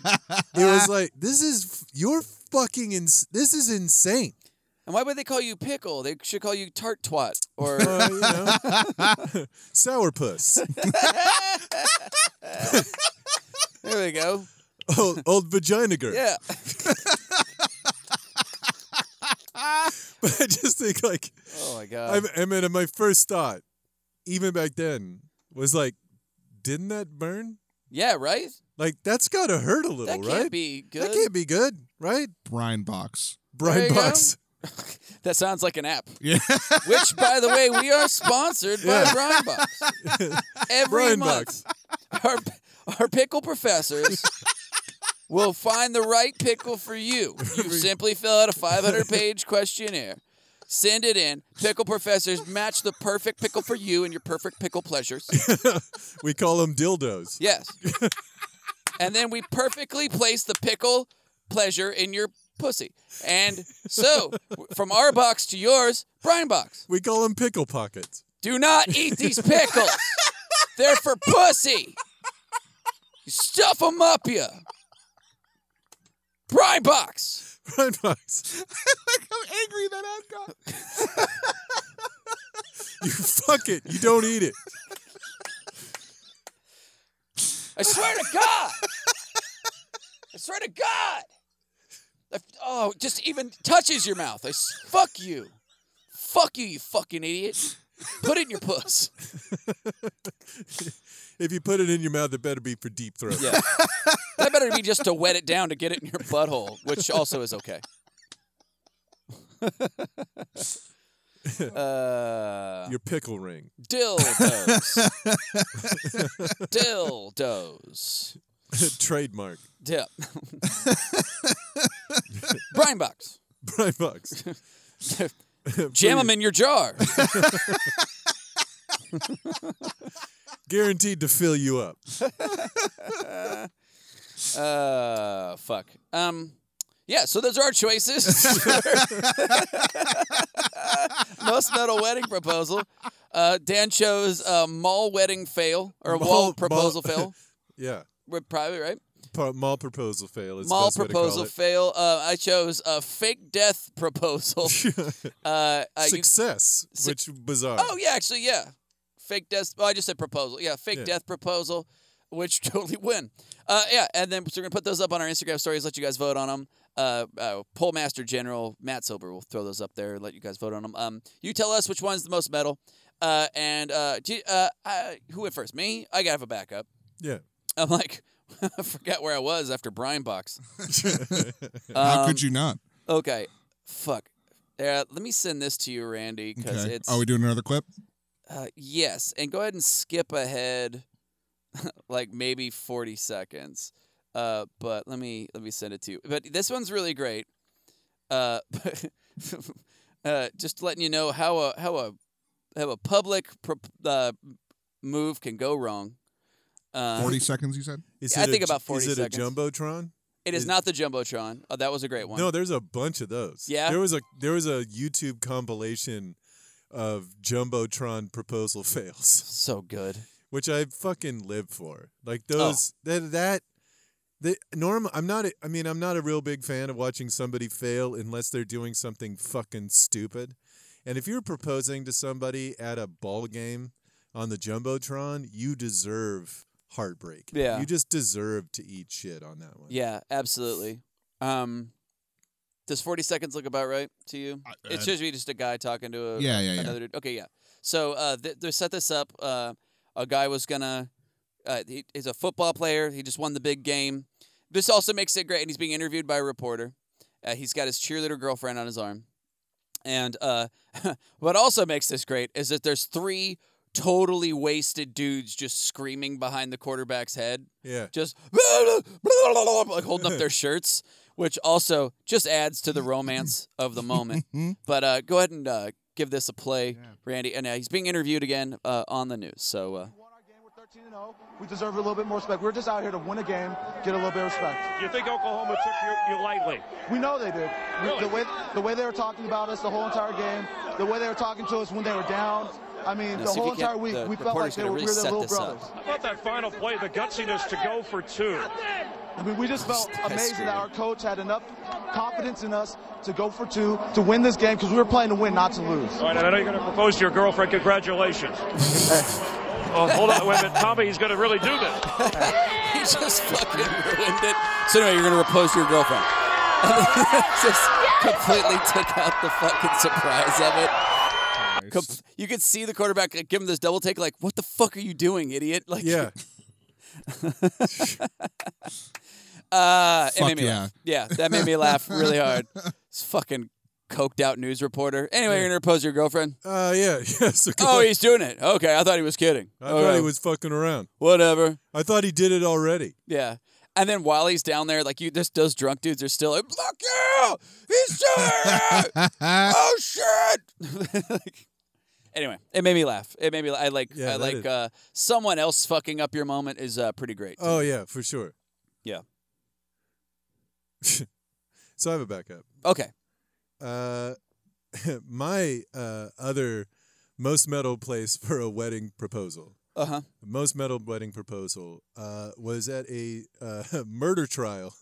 C: it was like, this is, f- you're fucking, ins- this is insane.
B: and why would they call you pickle? They should call you tart twat or
C: Uh, you know, sourpuss.
B: there we go.
C: old, Oh, old vagina girl.
B: Yeah.
C: But I just think like
B: Oh my
C: I,
B: god.
C: I mean, my first thought, even back then, was like, didn't that burn?
B: yeah, right?
C: Like that's gotta hurt a little,
B: That can't
C: right?
B: be good.
C: That can't be good, right?
D: Brian Box.
B: There
C: Brian
B: you go.
C: Box.
B: That sounds like an app.
D: Yeah.
B: Which, by the way, we are sponsored by
C: Yeah.
B: Brian Box. Every
C: Brian
B: month, our our pickle professors will find the right pickle for you. You simply fill out a 500-page questionnaire, send it in. Pickle professors match the perfect pickle for you and your perfect pickle pleasures.
C: We call them dildos.
B: Yes. and then we perfectly place the pickle pleasure in your pussy. And so, w- from our box to yours, Brian box.
C: We call them pickle pockets.
B: Do not eat these pickles. They're for pussy. You stuff them up, you. Prime box.
C: Brian Box.
D: How angry that ad got.
C: You fuck it. You don't eat it.
B: I swear to God. I swear to God. I- oh, it just even touches your mouth. I s- fuck you. Fuck you, you fucking idiot. Put it in your puss.
C: If you put it in your mouth, it better be for deep throat.
B: Yeah. That better be just to wet it down to get it in your butthole, which also is okay. uh,
C: Your pickle ring.
B: dildos. dildos.
C: Trademark.
B: Dip. Brian Box.
C: Brian Box.
B: Jam them in your jar.
C: Guaranteed to fill you up.
B: Uh, fuck. Um, yeah. So those are our choices. Most metal wedding proposal. Uh, Dan chose uh, mall wedding fail or
C: Mall-
B: wall
C: mall-
B: proposal fail.
C: Yeah.
B: We're probably right.
C: Pa- mall proposal fail. Is the
B: mall
C: best way to call
B: proposal
C: it.
B: fail. Uh, I chose a fake death proposal. uh, uh, you-
C: Success,
B: Su-
C: which bizarre.
B: oh yeah, actually yeah, fake death. Well, I just said proposal. Yeah, fake
C: Yeah.
B: death proposal, which totally win. Uh, yeah, and then so we're gonna put those up on our Instagram stories. Let you guys vote on them. Uh, uh, Pollmaster General Matt Silber will throw those up there. Let you guys vote on them. Um, you tell us which one's the most metal. Uh, and uh, do you- uh, I, who went first? Me. I gotta have a backup.
C: Yeah.
B: I'm like, I forgot where I was after Brian Box.
D: How
B: Um,
D: could you not?
B: Okay. Fuck. Uh, let me send this to you, Randy, because
D: Okay.
B: it's.
D: Are we doing another clip?
B: uh, yes, and go ahead and skip ahead, like maybe forty seconds. Uh, but let me let me send it to you. But this one's really great. Uh, uh, just letting you know how a how a how a public pro- uh, move can go wrong. Um,
D: Forty seconds, you said.
C: Is
B: Yeah, I
C: it a
B: think
C: ju-
B: about 40
C: Is it
B: seconds.
C: a jumbotron?
B: It is
C: is-
B: not the jumbotron. Oh, that was a great one.
C: No, there's a bunch of those.
B: Yeah?
C: There was a there was a YouTube compilation of jumbotron proposal fails,
B: so good.
C: which I fucking live for. Like
B: Oh.
C: those that that. The, norm, I'm not. A, I mean, I'm not a real big fan of watching somebody fail unless they're doing something fucking stupid. And if you're proposing to somebody at a ball game on the jumbotron, you deserve heartbreak.
B: Yeah.
C: you just deserve to eat shit on that one.
B: Yeah, absolutely. Um, does forty seconds look about right to you?
D: I-
B: it
D: I-
B: should be just a guy talking to a,
D: Yeah, yeah, yeah.
B: another dude. Okay, yeah. So uh, th- they set this up. Uh, a guy was gonna. Uh, he, he's a football player. He just won the big game. This also makes it great, and he's being interviewed by a reporter. Uh, he's got his cheerleader girlfriend on his arm, And uh, what also makes this great is that there's three totally wasted dudes just screaming behind the quarterback's head,
C: Yeah.
B: just like holding up their shirts, which also just adds to the romance of the moment. But uh, go ahead and uh, give this a play, Randy. And uh, he's being interviewed again uh, on the news. So uh,
H: won our game. We're 13 and 0. We deserve a little bit more respect. We're just out here to win a game, get a little bit of respect.
I: You think Oklahoma took you, you lightly?
H: We know they did. We-
I: Really?
H: The way the way they were talking about us the whole entire game, the way they were talking to us when they were down. I mean,
B: Now,
H: the
B: see if
H: whole
B: you can't-
H: entire week,
B: the
H: we felt
B: reporter's
H: like they
B: gonna
H: were
B: really
H: really
B: set
H: little
B: this up.
H: brothers.
I: How about that final play, the gutsiness to go for two?
H: I mean, we just felt
B: That's
H: amazing
B: great.
H: that our coach had enough confidence in us to go for two, to win this game, because we were playing to win, not to lose.
I: All right, and I know you're going to propose to your girlfriend. Congratulations. oh, hold on, wait a minute. Tommy, he's going to really do this.
B: he just fucking ruined it. So anyway, you're gonna propose to your girlfriend. just completely took out the fucking surprise of it. Com- you could see the quarterback like, give him this double take, like, "What the fuck are you doing, idiot?" Like,
C: Yeah.
B: uh, it
D: Fuck
B: made me
D: yeah.
B: laugh. Yeah, that made me laugh really hard. This fucking coked out news reporter. Anyway, you're gonna propose to your girlfriend.
C: Uh, yeah. Yes. of
B: Oh,
C: course.
B: he's doing it. Okay, I thought he was kidding.
C: I thought
B: Okay,
C: he was fucking around.
B: whatever.
C: I thought he did it already.
B: Yeah. And then while he's down there, like you, this, those drunk dudes are still like, "Fuck you! He's doing it! oh shit!" Like, anyway, it made me laugh. It made me. la- I like.
C: Yeah,
B: I
C: that
B: like.
C: is-
B: Uh, someone else fucking up your moment is uh, pretty great.
C: Oh yeah, for sure.
B: Yeah.
C: So I have a backup.
B: Okay.
C: Uh, my uh, other most metal place for a wedding proposal,
B: Uh huh.
C: most metal wedding proposal, uh, was at a uh, murder trial.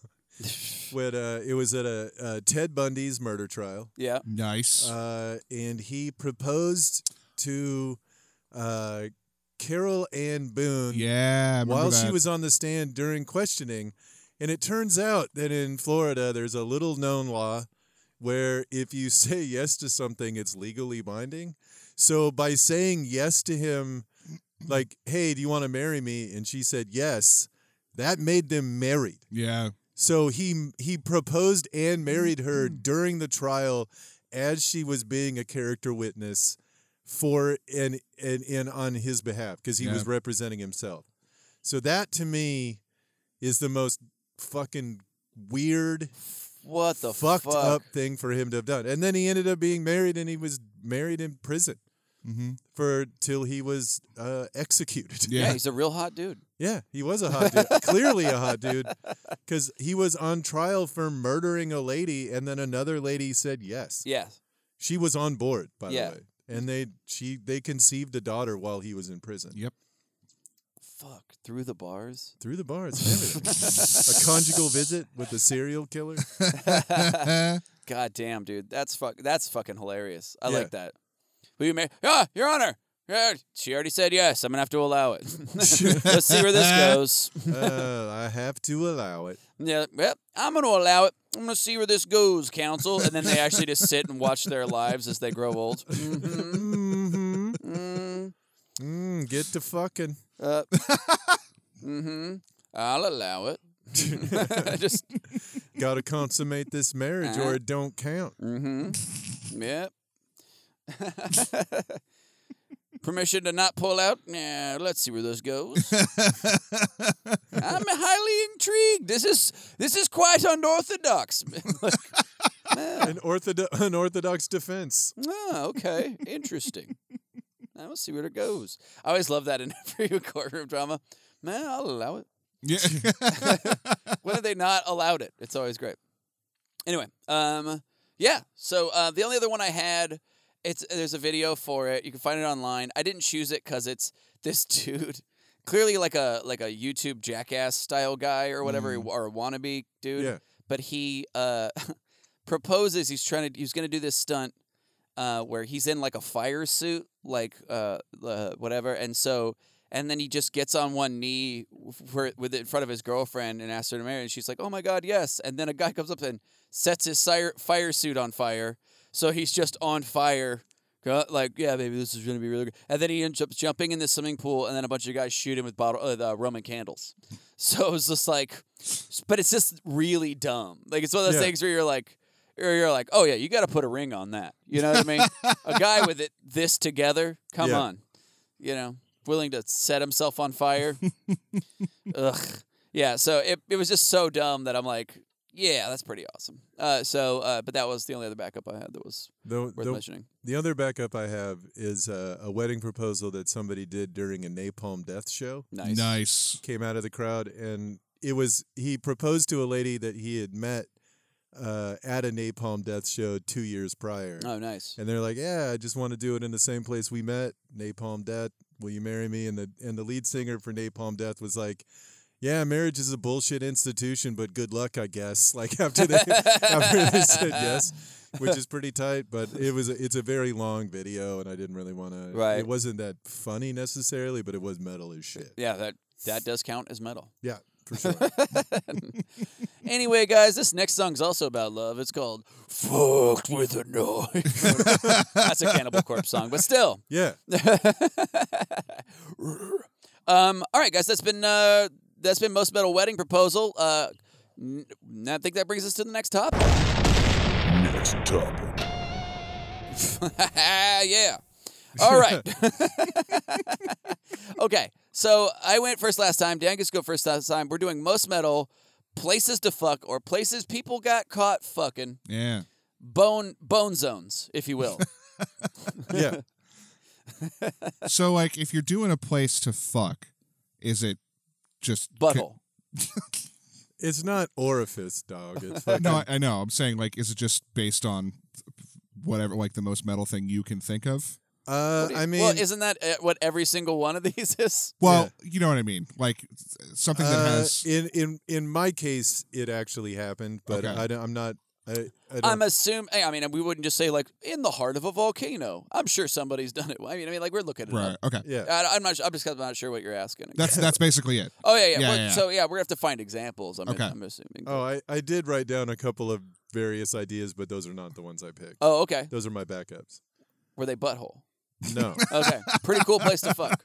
C: when uh, it was at a uh, Ted Bundy's murder trial,
B: Yeah.
D: Nice.
C: uh, and he proposed to uh, Carol Ann Boone
D: yeah. I remember
C: while she
D: that.
C: was on the stand during questioning. And it turns out that in Florida, there's a little known law where if you say yes to something, it's legally binding. So by saying yes to him, like, hey, do you want to marry me? And she said yes, that made them married.
D: Yeah.
C: So he he proposed and married her
B: Mm.
C: during the trial as she was being a character witness for and and, and on his behalf because he was
D: Yeah.
C: representing himself. So that to me is the most fucking weird
B: What the
C: fucked
B: fuck?
C: up thing for him to have done. And then he ended up being married and he was married in prison
D: Mhm.
C: for till he was uh, executed.
B: Mm-hmm. Yeah.
D: Yeah.
B: he's a real hot dude.
C: Yeah, he was a hot dude. Clearly a hot dude, because he was on trial for murdering a lady, and then another lady said yes.
B: Yeah.
C: She was on board, by
B: Yeah.
C: the way, and they she they conceived a daughter while he was in prison
D: Yep.
B: Fuck through the bars.
C: through the bars. and everything. a conjugal visit with a serial killer.
B: God damn, dude. That's fuck. That's fucking hilarious. I
C: Yeah.
B: like that. Will you marry? Ah, Your Honor. Yeah, she already said yes. I'm gonna have to allow it. Let's see where this goes.
C: Uh, I have to allow it.
B: Yeah, well, I'm going to allow it. I'm going to see where this goes, counsel. And then they actually just sit and watch their lives as they grow old. Mhm.
C: hmm
B: Mm-hmm.
C: Mm, get to fucking.
B: Uh, mhm. I'll allow it. just,
C: Got to consummate this marriage,
B: Uh-huh.
C: or it don't count.
B: Mm. yeah. Permission to not pull out? Yeah, let's see where this goes. I'm highly intrigued. This is this is quite unorthodox.
C: An orthodox, unorthodox defense.
B: Ah, okay. Interesting. I will see where it goes. I always love that in every courtroom drama. Man, I'll allow it.
D: Yeah.
B: Whether they not allowed it, it's always great. Anyway, um, yeah. So uh, the only other one I had, it's there's a video for it. You can find it online. I didn't choose it because it's this dude, clearly like a like a YouTube jackass style guy or whatever, or a wannabe dude.
C: Yeah.
B: But he uh, proposes. He's trying to. He's going to do this stunt uh, where he's in like a fire suit, like uh, uh, whatever, and so and then he just gets on one knee for, with in front of his girlfriend and asks her to marry, and she's like, "Oh my god, yes!" And then a guy comes up and sets his sire, fire suit on fire, so he's just on fire. Go- Like, yeah, baby, this is gonna be really good. And then he ends up jumping in the swimming pool, and then a bunch of guys shoot him with bottle, uh, the Roman candles. So it was just like, but it's just really dumb. Like it's one of those
C: Yeah.
B: things where you're like, you're, you're like, oh yeah, you got to put a ring on that. You know what I mean? a guy with it this together, come
C: Yeah.
B: on, you know, willing to set himself on fire. Ugh, yeah. So it it was just so dumb that I'm like, yeah, that's pretty awesome. Uh, so, uh, but that was the only other backup I had that was
C: The,
B: worth
C: the,
B: mentioning.
C: the other backup I have is uh, a wedding proposal that somebody did during a napalm death show.
B: Nice.
D: Nice.
C: Came out of the crowd, and it was he proposed to a lady that he had met uh, at a napalm death show two years prior.
B: Oh, nice.
C: And they're like, "Yeah, I just want to do it in the same place we met, Napalm Death. Will you marry me?" And the and the lead singer for Napalm Death was like, "Yeah, marriage is a bullshit institution, but good luck, I guess." Like after they after they said yes, which is pretty tight. But it was a, it's a very long video, and I didn't really want to.
B: Right.
C: It wasn't that funny necessarily, but it was metal as shit.
B: Yeah, that that does count as metal.
C: Yeah, for sure.
B: Anyway, guys, this next song's also about love. It's called "Fucked with a Knife." That's a Cannibal Corpse song, but still.
C: yeah,
B: Um, all right, guys, that's been uh, that's been most metal wedding proposal. Uh, n- I think that brings us to the next topic.
A: Next topic.
B: yeah. All right. okay. So I went first last time. Dan gets to go first last time. We're doing most metal places to fuck or places people got caught fucking
D: Yeah.
B: bone bone zones, if you will.
C: yeah.
D: So like, if you're doing a place to fuck, is it just
B: Butthole.
C: It's not orifice, dog. It's fucking,
D: No, I, I know. I'm saying like, is it just based on whatever, like the most metal thing you can think of?
C: uh, I mean,
B: well, isn't that uh, what every single one of these is?
D: Well, you know what I mean. Like something that
C: Uh,
D: has.
C: in in in my case, it actually happened, but
D: Okay.
C: I don't, I'm not. I, I don't,
B: I'm assuming. I mean, we wouldn't just say like in the heart of a volcano. I'm sure somebody's done it. I mean, I mean, like we're looking at
D: right.
B: it.
D: Okay.
C: yeah.
B: Up. I, am not. I'm just. I'm not sure what you're asking.
D: That's that's basically it.
B: Oh yeah, yeah.
D: Yeah,
B: We're-
D: yeah, yeah.
B: So yeah, we're gonna have to find examples. I'm,
D: Okay.
B: I'm assuming.
C: oh, I I did write down a couple of various ideas, but those are not the ones I picked.
B: Oh, okay.
C: Those are my backups.
B: Were they butthole?
C: No,
B: Okay, pretty cool place to fuck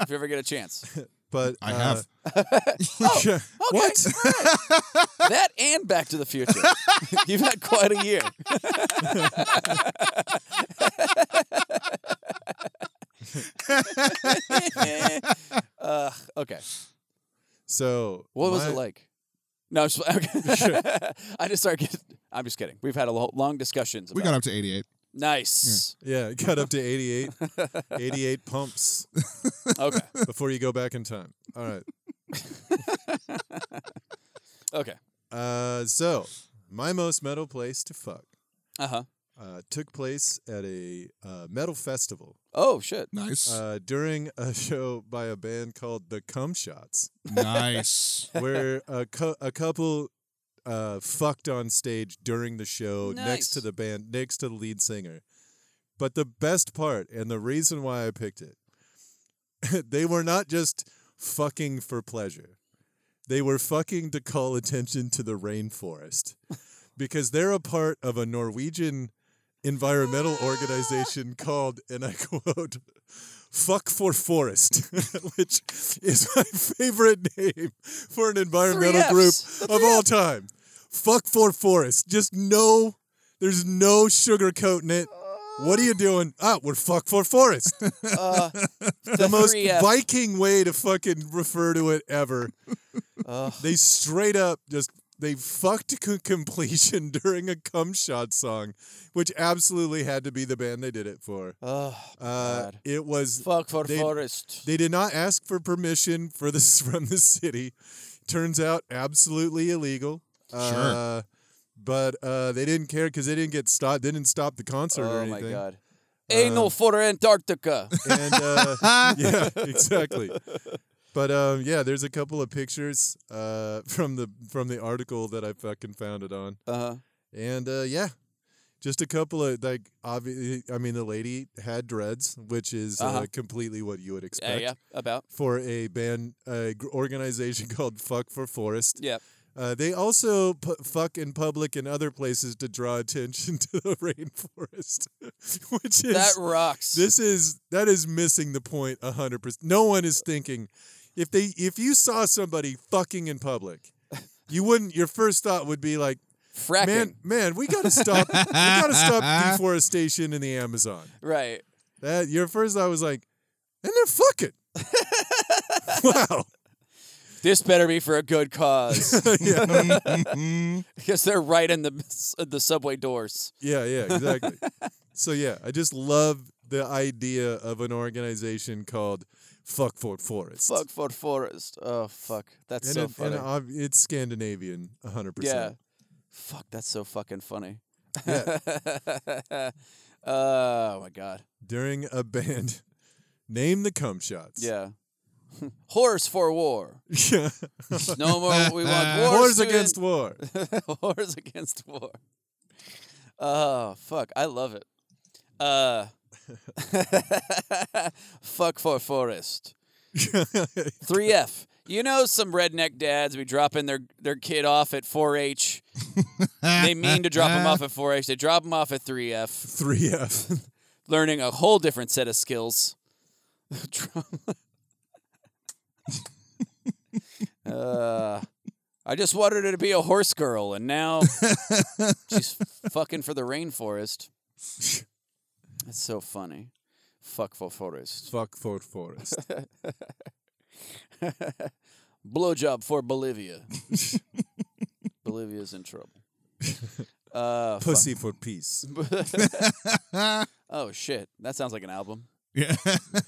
B: if you ever get a chance.
C: but
D: I
C: uh,
D: have.
C: yeah.
B: Oh, Okay, great. that and Back to the Future. You've had quite a year. uh, okay,
C: So
B: what was
C: my-
B: it like? No, I'm just, okay. I just started. Getting, I'm just kidding. We've had a lo- long discussions. About
D: We got up to 88.
B: nice.
C: Yeah, it got up to 88, 88 pumps
B: Okay,
C: before you go back in time. All right.
B: okay,
C: Uh, so my most metal place to fuck
B: uh huh.
C: uh, took place at a uh, metal festival
B: Oh shit.
D: Nice.
C: uh, during a show by a band called the Cum Shots.
D: nice.
C: where a, cou- a couple uh, fucked on stage during the show next to
B: Nice.
C: the band, next to the lead singer. But the best part, and the reason why I picked it, they were not just fucking for pleasure. They were fucking to call attention to the rainforest because they're a part of a Norwegian environmental organization called, and I quote, Fuck for Forest, which is my favorite name for an environmental group
B: Fs. The
C: of
B: three
C: all time. Fuck for Forest. Just no, there's no sugarcoating it. What are you doing? Ah, we're fuck for forest.
B: Uh, the,
C: Most
B: three F-
C: Viking way to fucking refer to it ever.
B: Ugh.
C: They straight up just they fucked to co- completion during a cum shot song, which absolutely had to be the band they did it for.
B: Ugh. Oh,
C: Uh,
B: God.
C: it was
B: Fuck for
C: they-
B: forest.
C: They did not ask for permission for this from the city. Turns out absolutely illegal. Uh, but uh, they didn't care because they didn't get stopped. They didn't stop the concert or
B: oh
C: anything. Uh,
B: my god. Anal for Antarctica.
C: And uh, yeah, exactly. But um, yeah, there's a couple of pictures uh, from the from the article that I fucking found it on.
B: Uh-huh.
C: And uh, yeah, just a couple of like obvi- I mean, the lady had dreads, which is uh
B: Uh-huh.
C: completely what you would
B: Yeah,
C: expect
B: yeah, about.
C: for a band uh, gr- organization called Fuck for Forest.
B: Yeah.
C: Uh, they also pu- fuck in public and other places to draw attention to the rainforest, which is
B: That rocks.
C: this is that is missing the point a hundred percent. No one is thinking if they if you saw somebody fucking in public, you wouldn't. Your first thought would be like,
B: fracking.
C: Man, man, we gotta stop. we gotta stop deforestation in the Amazon.
B: Right.
C: That your first thought was like, and they're fucking. wow.
B: This better be for a good cause
C: yeah,
B: because they're right in the the subway doors.
C: yeah, yeah, exactly. so yeah, I just love the idea of an organization called Fuck Fort Forest.
B: Fuck for forest. Oh fuck, that's
C: And,
B: so
C: it- and
B: funny.
C: ob- it's Scandinavian, hundred
B: yeah.
C: percent.
B: Fuck, that's so fucking funny.
C: Yeah.
B: oh my god.
C: During a band, name the cum shots.
B: Yeah. Horse for war.
C: Yeah.
B: No more. We want wars,
C: Wars
B: to
C: against
B: end-
C: war.
B: wars against war. Oh fuck! I love it. Uh, fuck for forest. Three F. You know some redneck dads be dropping their their kid off at 4-H. they mean to drop him off at 4-H. They drop him off at 3F,
C: Three F.
B: learning a whole different set of skills. uh, I just wanted her to be a horse girl, and now she's fucking for the rainforest. That's so funny. Fuck for forest.
C: Fuck Fort Forest.
B: Blowjob for Bolivia. Bolivia's in trouble. Uh, fuck.
C: Pussy for peace.
B: Oh shit, that sounds like an album.
D: Yeah.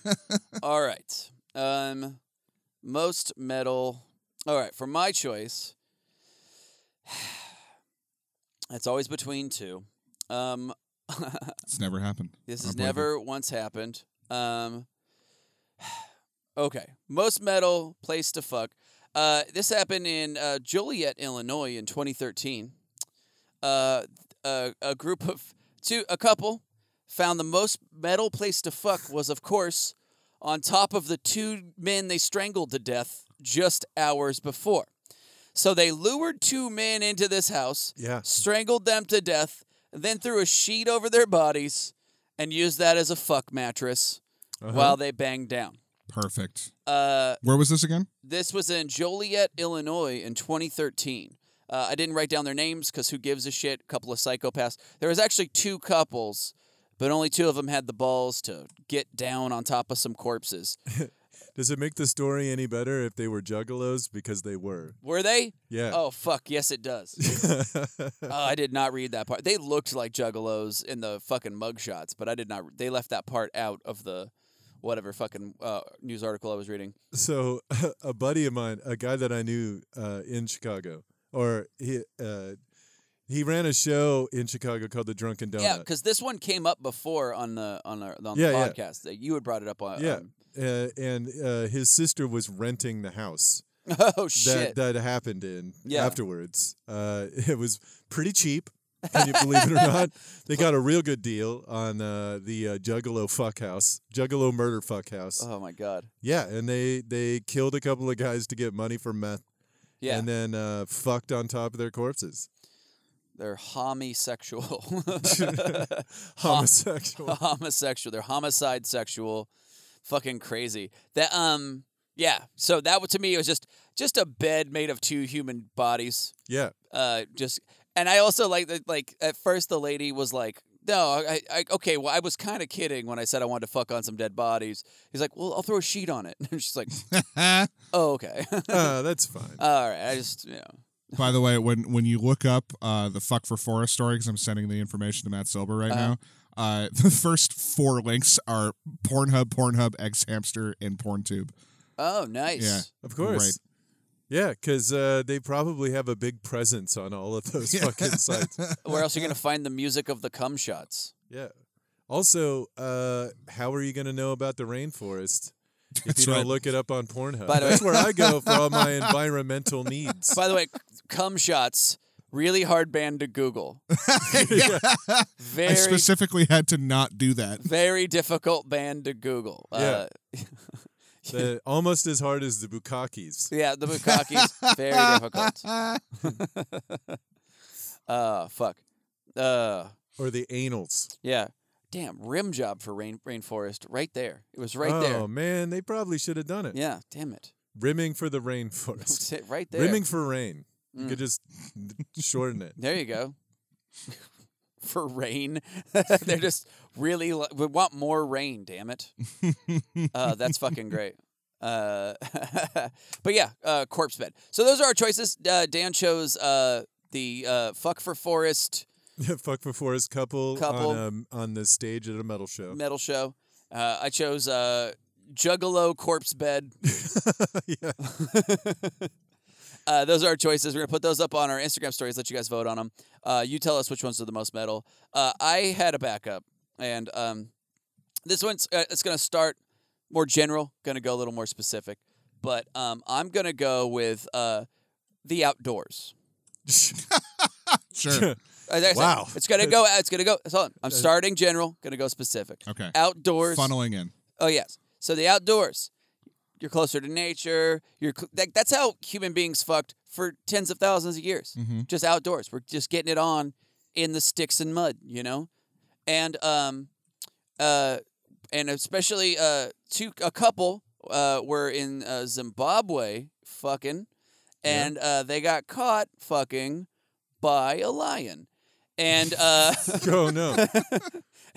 B: All right. Um, most metal. All right, for my choice, it's always between two. Um,
D: it's never happened.
B: this
D: I
B: has
D: don't believe
B: never once happened. Um, okay, most metal place to fuck. Uh, this happened in uh, Joliet, Illinois, in 2013. Uh, a, a group of two, a couple, found the most metal place to fuck was, of course, on top of the two men they strangled to death just hours before. So they lured two men into this house,
C: Yeah.
B: strangled them to death, and then threw a sheet over their bodies and used that as a fuck mattress while they banged down.
D: it. perfect.
B: Uh,
D: Where was this again?
B: this was in Joliet, Illinois in 2013. Uh, I didn't write down their names because who gives a shit? A couple of psychopaths. There was actually two couples, but only two of them had the balls to get down on top of some corpses.
C: Does it make the story any better if they were juggalos? Because they were.
B: Were they?
C: Yeah.
B: Oh fuck, yes it does. oh, I did not read that part. They looked like juggalos in the fucking mugshots, but I did not. They left that part out of the whatever fucking uh, news article I was reading.
C: So a buddy of mine, a guy that I knew uh, in Chicago, or he uh, he ran a show in Chicago called the Drunken Donut.
B: Yeah, because this one came up before on the on our on
C: Yeah,
B: the
C: yeah.
B: podcast. That You had brought it up on.
C: Yeah.
B: um,
C: Uh, and uh, his sister was renting the house
B: oh
C: that
B: shit.
C: that happened in
B: Yeah.
C: afterwards. Uh, it was pretty cheap. Can you believe it or not? They got a real good deal on uh, the uh, Juggalo fuck house, Juggalo murder fuck house.
B: oh my god.
C: Yeah, and they they killed a couple of guys to get money for meth,
B: Yeah,
C: and then uh, fucked on top of their corpses.
B: they're homosexual.
C: Homosexual.
B: homosexual. They're homicide sexual. Fucking crazy. That um yeah. So that to me was just just a bed made of two human bodies.
C: yeah,
B: uh, just and I also like that. Like at first, the lady was like, "No, I, I okay. Well, I was kind of kidding when I said I wanted to fuck on some dead bodies." He's like, "Well, I'll throw a sheet on it," and she's like, "Oh, okay,
C: uh, that's fine.
B: all right." I just you know,
D: By the way, when when you look up uh, the fuck for forest story, because I'm sending the information to Matt Silver right
B: Uh-huh.
D: now, uh, the first four links are Pornhub, Pornhub, X Hamster, and PornTube.
B: oh nice.
D: Yeah.
C: of course.
D: Right.
C: Yeah, because uh, they probably have a big presence on all of those fucking sites.
B: Where else are you gonna find the music of the cum shots?
C: Yeah. Also, uh, how are you going to know about the rainforest if you don't
D: right.
C: look it up on Pornhub?
B: By the way-
C: That's where I go for all my environmental needs.
B: By the way, cum shots really hard band to Google.
D: I
B: Very
D: specifically had to not do that.
B: very difficult band to Google. Uh,
C: The- almost as hard as the Bukakis.
B: Yeah, the Bukakis. very difficult. uh fuck. Uh
C: Or the anals.
B: yeah. Damn, rim job for rain rainforest right there. It was right
C: oh,
B: there.
C: man, they probably should have done it.
B: Yeah, damn it.
C: Rimming for the rainforest.
B: Right there. Mm.
C: Rimming for rain. You could just shorten it.
B: There you go. For rain, they're just really li- we want more rain. Damn it! Uh, that's fucking great. Uh, but yeah, uh, corpse bed. So those are our choices. Uh, Dan chose uh, the uh, fuck for forest
C: Fuck for Forest couple,
B: Couple.
C: On, um, on the stage at a metal show.
B: metal show. Uh, I chose uh, juggalo corpse bed.
C: yeah.
B: Uh, those are our choices. We're gonna put those up on our Instagram stories. Let you guys vote on them. Uh, you tell us which ones are the most metal. Uh, I had a backup, and um, this one's uh, it's gonna start more general. Gonna go a little more specific, but um, I'm gonna go with uh, the outdoors.
D: Sure.
B: As I said,
C: Wow. Uh,
B: it's gonna go. It's gonna go. Hold on. I'm starting general. Gonna go specific.
D: Okay.
B: Outdoors.
D: Funneling in.
B: Oh yes. So the outdoors, you're closer to nature. You're cl- that, that's how human beings fucked for tens of thousands of years. Just outdoors. We're just getting it on in the sticks and mud, you know, and um, uh, and especially uh, two a couple uh were in uh, Zimbabwe fucking, and uh, they got caught fucking by a lion, and uh.
C: Oh no.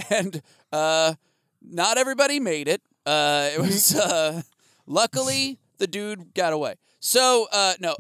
B: and uh, not everybody made it. Uh, it was uh, luckily the dude got away. So uh, no,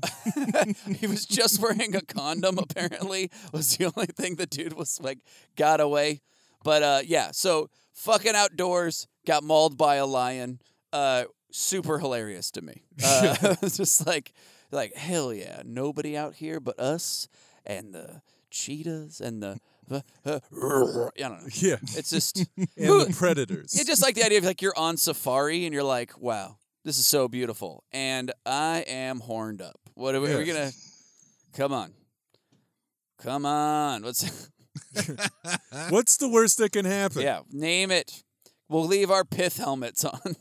B: he was just wearing a condom. Apparently, was the only thing the dude was like got away. But uh, yeah, so fucking outdoors got mauled by a lion. Uh, super hilarious to me. Uh, it was just like like hell yeah, nobody out here but us and the cheetahs and the. Uh, uh, I don't know.
C: Yeah.
B: It's just
C: And
B: who,
C: the Predators.
B: it's just like the idea of like you're on safari and you're like, wow, this is so beautiful, and I am horned up. What are we, are we
C: Yeah.
B: gonna? Come on, come on. What's
C: What's the worst that can happen?
B: yeah? Name it. We'll leave our pith helmets on.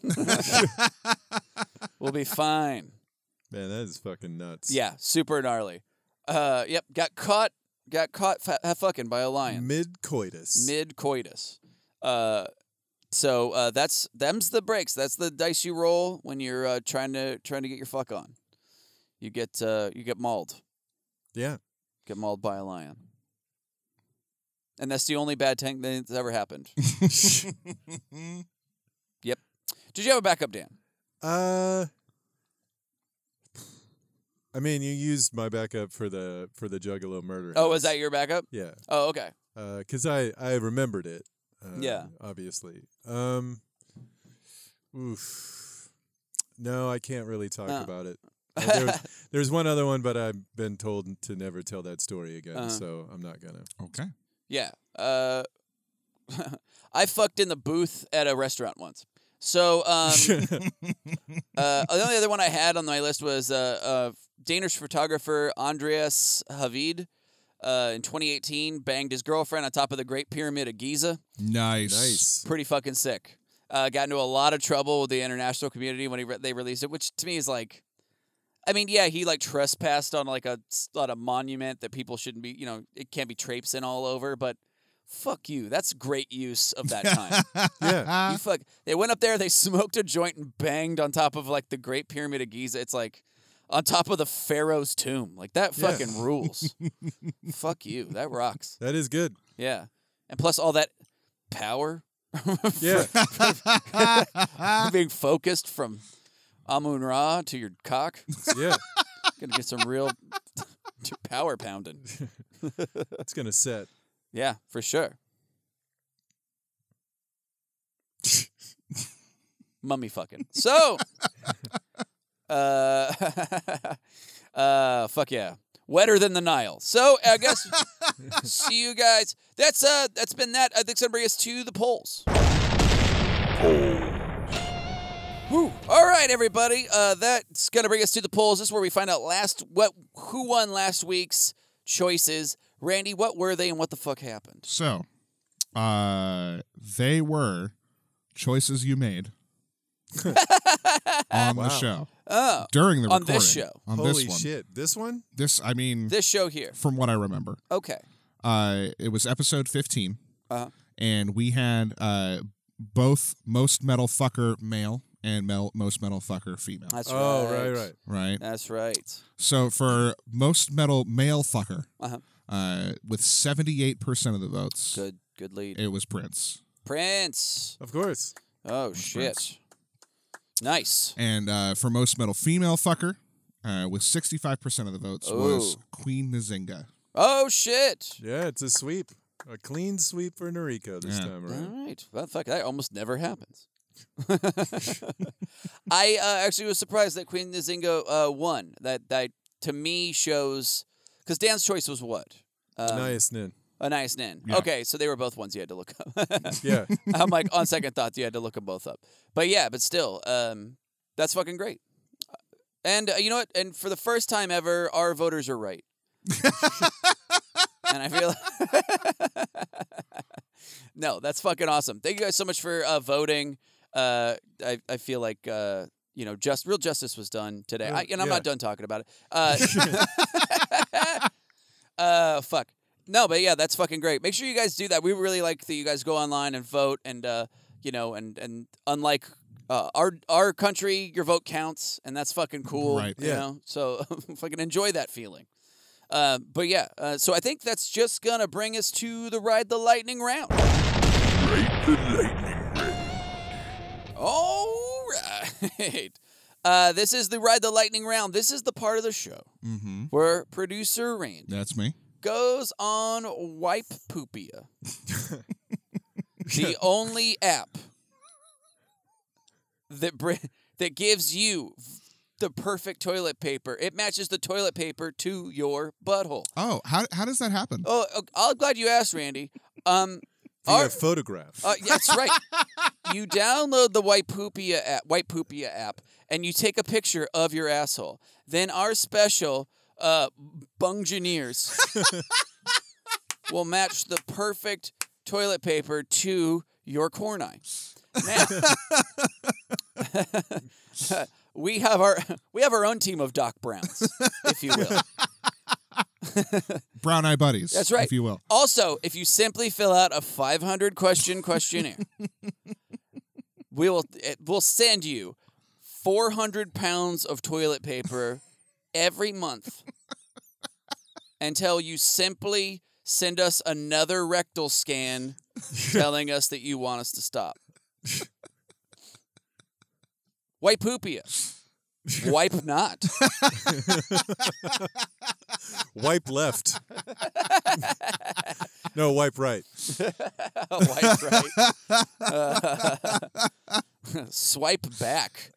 B: we'll be fine.
C: Man, that is fucking nuts.
B: Yeah, super gnarly. Uh, yep, got caught. Got caught fa- fucking by a lion.
C: Mid coitus.
B: mid coitus. Uh, so uh, that's them's the breaks. That's the dice you roll when you're uh, trying to trying to get your fuck on. You get uh, you get mauled,
C: yeah.
B: get mauled by a lion, and that's the only bad thing that's ever happened. yep. Did you have a backup, Dan?
C: Uh I mean, you used my backup for the for the Juggalo murder.
B: Oh, was
C: house.
B: that your backup?
C: Yeah.
B: Oh, okay.
C: because I I remembered it. Uh,
B: Yeah.
C: obviously. Um, oof. No, I can't really talk
B: Oh.
C: about it. Uh, there was, there's one other one, but I've been told to never tell that story again,
B: Uh-huh.
C: so I'm not gonna.
D: Okay.
B: Yeah. Uh, I fucked in the booth at a restaurant once. So um, Uh, the only other one I had on my list was uh, uh, Danish photographer Andreas Havid. Uh, in 2018, banged his girlfriend on top of the Great Pyramid of Giza.
D: Nice.
C: Nice.
B: Pretty fucking sick. Uh, got into a lot of trouble with the international community when he re- they released it, which to me is like, I mean, yeah, he like trespassed on like a on a monument that people shouldn't be, you know, it can't be traipsing all over. But fuck you, that's great use of that time.
C: Yeah.
B: You fuck. They went up there. They smoked a joint and banged on top of like the Great Pyramid of Giza. It's like on top of the Pharaoh's tomb. Like that
C: Yeah.
B: fucking rules. fuck you. That rocks.
C: That is good.
B: Yeah. And plus all that power
C: Yeah.
B: being focused from Amun Ra to your cock.
C: yeah.
B: Gonna get some real power pounding.
C: It's gonna set.
B: Yeah, for sure. Mummy fucking. So, uh, uh, fuck yeah, wetter than the Nile. So I guess see you guys. That's uh, that's been that. I think gonna bring us to the polls. Whew. All right, everybody. Uh, that's gonna bring us to the polls. This is where we find out last what who won last week's choices. Randy, what were they and what the fuck happened?
D: So, uh, they were choices you made on the show
B: Oh,
D: during the
B: On
D: recording,
B: this show.
D: on
C: Holy
D: this one.
C: shit! This one?
D: This, I mean,
B: this show here.
D: from what I remember,
B: Okay.
D: uh, it was episode 15
B: Uh-huh.
D: and we had uh both most metal fucker male and mel- most metal fucker female.
B: That's
C: Oh,
B: right.
C: right, right.
D: right.
B: That's right.
D: So for most metal male fucker,
B: Uh-huh.
D: uh, with seventy eight percent of the votes,
B: Good. Good lead.
D: it was Prince.
B: Prince.
C: Of course.
B: Oh shit.
D: Prince.
B: Nice.
D: And uh, for most metal female fucker, uh, with sixty five percent of the votes, was
B: Ooh.
D: Queen Nzinga.
B: Oh shit.
C: Yeah, it's a sweep. A clean sweep for Noriko this
D: Yeah.
C: time
B: All
C: around.
B: right. Well, fuck. That almost never happens. I uh, actually was surprised that Queen Nzinga uh, won. That that to me shows because Dan's choice was what. Um,
C: nice, Nin.
B: A nice nin.
D: Yeah.
B: Okay, so they were both ones you had to look up.
C: Yeah.
B: I'm like, on second thought, you had to look them both up. But yeah, but still, um, that's fucking great. And uh, you know what? And for the first time ever, our voters are right. and I feel. no, that's fucking awesome. Thank you guys so much for uh, voting. Uh, I, I feel like. Uh, you know, just real justice was done today, I, and I'm
C: yeah.
B: not done talking about it. Uh, uh, fuck. No, but yeah, that's fucking great. Make sure you guys do that. We really like that you guys go online and vote, and uh, you know, and and unlike uh, our our country, your vote counts, and that's fucking cool.
D: Right.
B: You
C: Yeah.
B: know, so fucking enjoy that feeling. Uh, but yeah, uh, so I think that's just gonna bring us to the ride the lightning round.
A: Rate the lightning round.
B: All right. Uh, this is the ride the lightning round. This is the part of the show
D: Mm-hmm.
B: where producer Randy
D: That's me.
B: goes on Wipe Poopia, the only app that br- that gives you the perfect toilet paper. It matches the toilet paper to your butthole.
D: Oh, how how does that happen?
B: Oh, oh, I'm glad you asked, Randy. Um,
C: Via
B: our-
C: photograph.
B: uh, yeah, that's right. you download the White Poopia app, White Poopia app, and you take a picture of your asshole. Then our special uh, bungeneers will match the perfect toilet paper to your corn eye. Now- we have our we have our own team of Doc Browns, if you will.
D: Brown Eye Buddies.
B: That's right.
D: If you will.
B: Also, if you simply fill out a 500 question questionnaire, we will it, we'll send you 400 pounds of toilet paper every month until you simply send us another rectal scan telling us that you want us to stop. Wipe poopia. Wipe not.
C: wipe left. no, wipe right.
B: Wipe right. Uh, swipe back.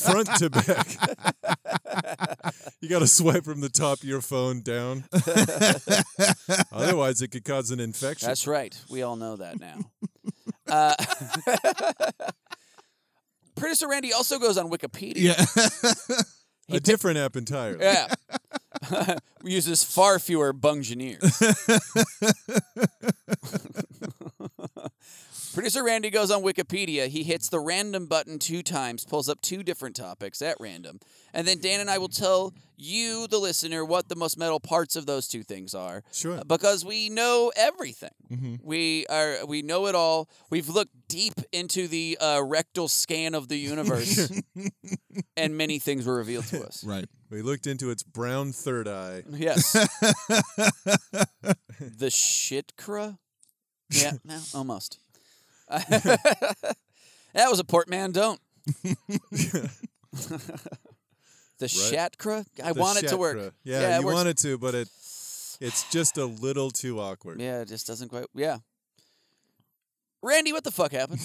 C: Front to back. you got to swipe from the top of your phone down. Otherwise, it could cause an infection.
B: That's right. We all know that now. uh, Producer Randy also goes on Wikipedia.
D: Yeah.
C: a different app entirely.
B: Yeah. Uses far fewer bungeneers. Producer Randy goes on Wikipedia. He hits the random button two times, pulls up two different topics at random. And then Dan and I will tell you, the listener, what the most metal parts of those two things are.
C: Sure.
B: Because we know everything. We are we know it all. We've looked deep into the uh, rectal scan of the universe, and many things were revealed to us.
D: right.
C: We looked into its brown third eye.
B: Yes. the shitkra? Yeah, no, almost. that was a portmanteau. the shatkra? I
C: The
B: want it to work.
C: chakra. Yeah,
B: it
C: you
B: works.
C: want it to, but it it's just a little too awkward.
B: Yeah, it just doesn't quite. Yeah. Randy, what the fuck happened?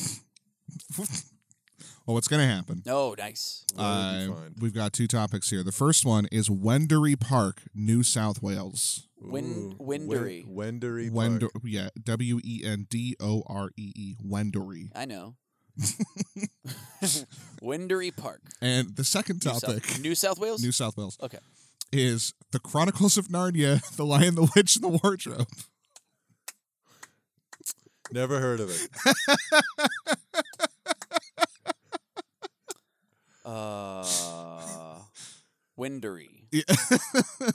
D: Well, what's going to happen?
B: Oh, nice.
C: Well, it'll be
D: Uh,
C: fine.
D: we've got two topics here. The first one is Wendouree Park, New South Wales.
B: Win-
C: Ooh,
B: Windery.
C: Wen- Wendery.
D: Wendo-
C: Park.
D: yeah, W E N D O R E E, Wendouree.
B: I know. Windery Park.
D: And the second
B: New South-
D: topic,
B: New South Wales?
D: New South Wales,
B: okay.
D: is The Chronicles of Narnia, The Lion, the Witch, and the Wardrobe.
C: Never heard of it.
B: Uh, Windery.
D: Yeah.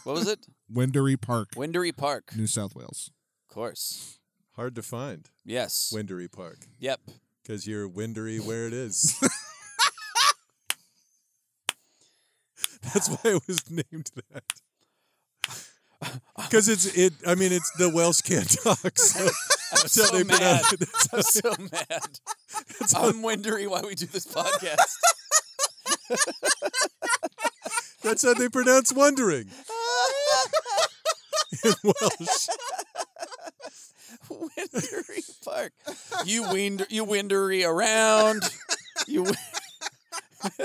B: what was it?
D: Wendouree Park,
B: Windery Park.
D: New South Wales.
B: Of course.
C: Hard to find.
B: Yes.
C: Wendery Park.
B: yep.
C: because you're windery where it is. That's why it was named that. Because it's it. I mean, it's the Welsh can't talk.
B: I'm
C: So that's how
B: so
C: they
B: mad.
C: pronounce it.
B: I'm so mad. I'm wondering why we do this podcast.
C: That's how they pronounce wondering in Welsh.
B: Windery Park. You wind you windery around. You win-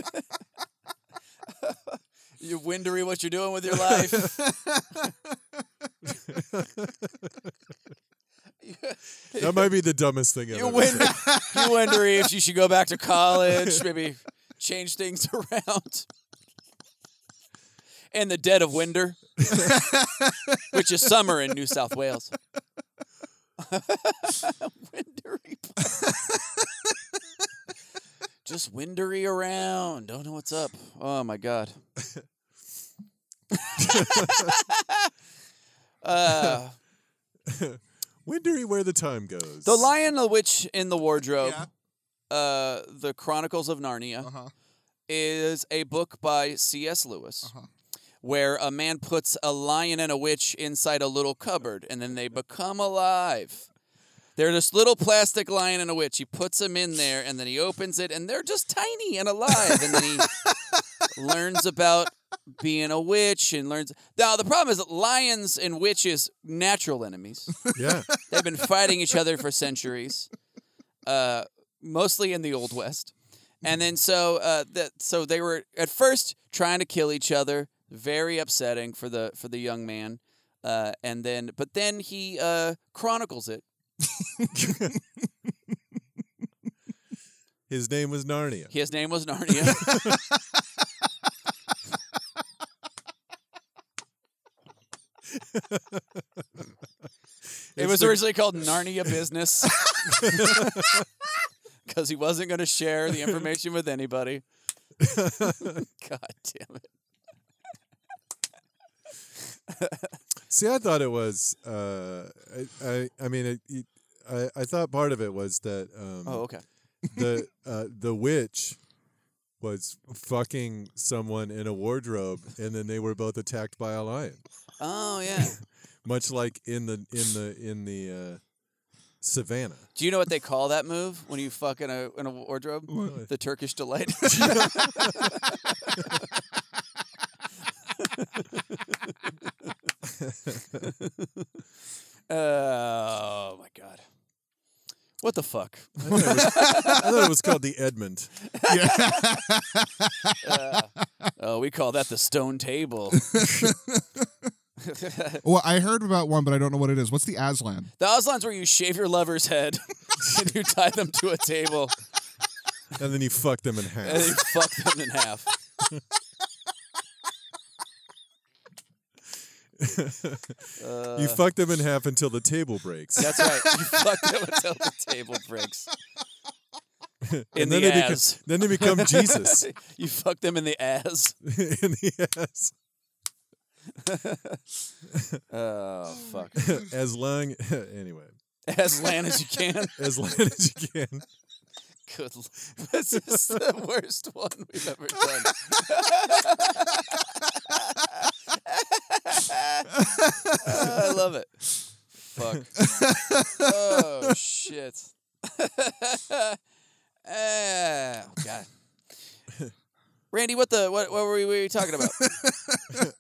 B: you windery what you're doing with your life.
C: That might be the dumbest thing
B: You
C: ever.
B: wind you windery if you should go back to college, maybe change things around. And the dead of winter, which is summer in New South Wales. windery. Park. Just windery around. Don't know what's up. Oh my god. uh,
C: Windery where the time goes.
B: the Lion, the Witch in the Wardrobe,
D: Yeah.
B: uh, The Chronicles of Narnia,
D: Uh-huh.
B: is a book by C.S. Lewis
D: Uh-huh.
B: where a man puts a lion and a witch inside a little cupboard and then they become alive. They're this little plastic lion and a witch. He puts them in there and then he opens it and they're just tiny and alive. And then he learns about being a witch and learns. Now, the problem is that lions and witches, natural enemies.
C: Yeah.
B: They've been fighting each other for centuries, uh, mostly in the Old West. And then so uh, that so they were at first trying to kill each other. Very upsetting for the for the young man. Uh, and then but then he uh, chronicles it.
C: His name was Narnia.
B: His name was Narnia. it was originally called Narnia Business because he wasn't going to share the information with anybody. God damn it.
C: See, I thought it was. Uh, I, I, I mean, it, it, I, I thought part of it was that um,
B: Oh, okay.
C: the uh, the witch was fucking someone in a wardrobe, and then they were both attacked by a lion,
B: Oh, yeah.
C: much like in the in the in the uh, savannah.
B: Do you know what they call that move when you fuck in a, in a wardrobe? The Turkish delight. oh my god! What the fuck?
C: I thought it was, I thought it was called the Edmund.
B: Oh, we call that the stone table. the
D: Well, I heard about one, but I don't know what it is. What's the Aslan?
B: Aslan's where you shave your lover's head and you tie them to a table
C: And then you fucked them in
B: and you
C: half.
B: fuck them in half. Uh,
C: you fucked them in half until the table breaks.
B: That's right. You fuck them until the table breaks. In
C: and
B: the
C: then they beca-
B: ass.
C: then they become Jesus
B: you fuck them in the ass.
C: in the ass.
B: Oh fuck.
C: As long, anyway,
B: As land as you can.
C: as long as you can.
B: Good. l- This is the worst one we've ever done. I love it. Fuck. Oh shit. oh Eh, god. Randy, what the what, what were we, what were we talking about?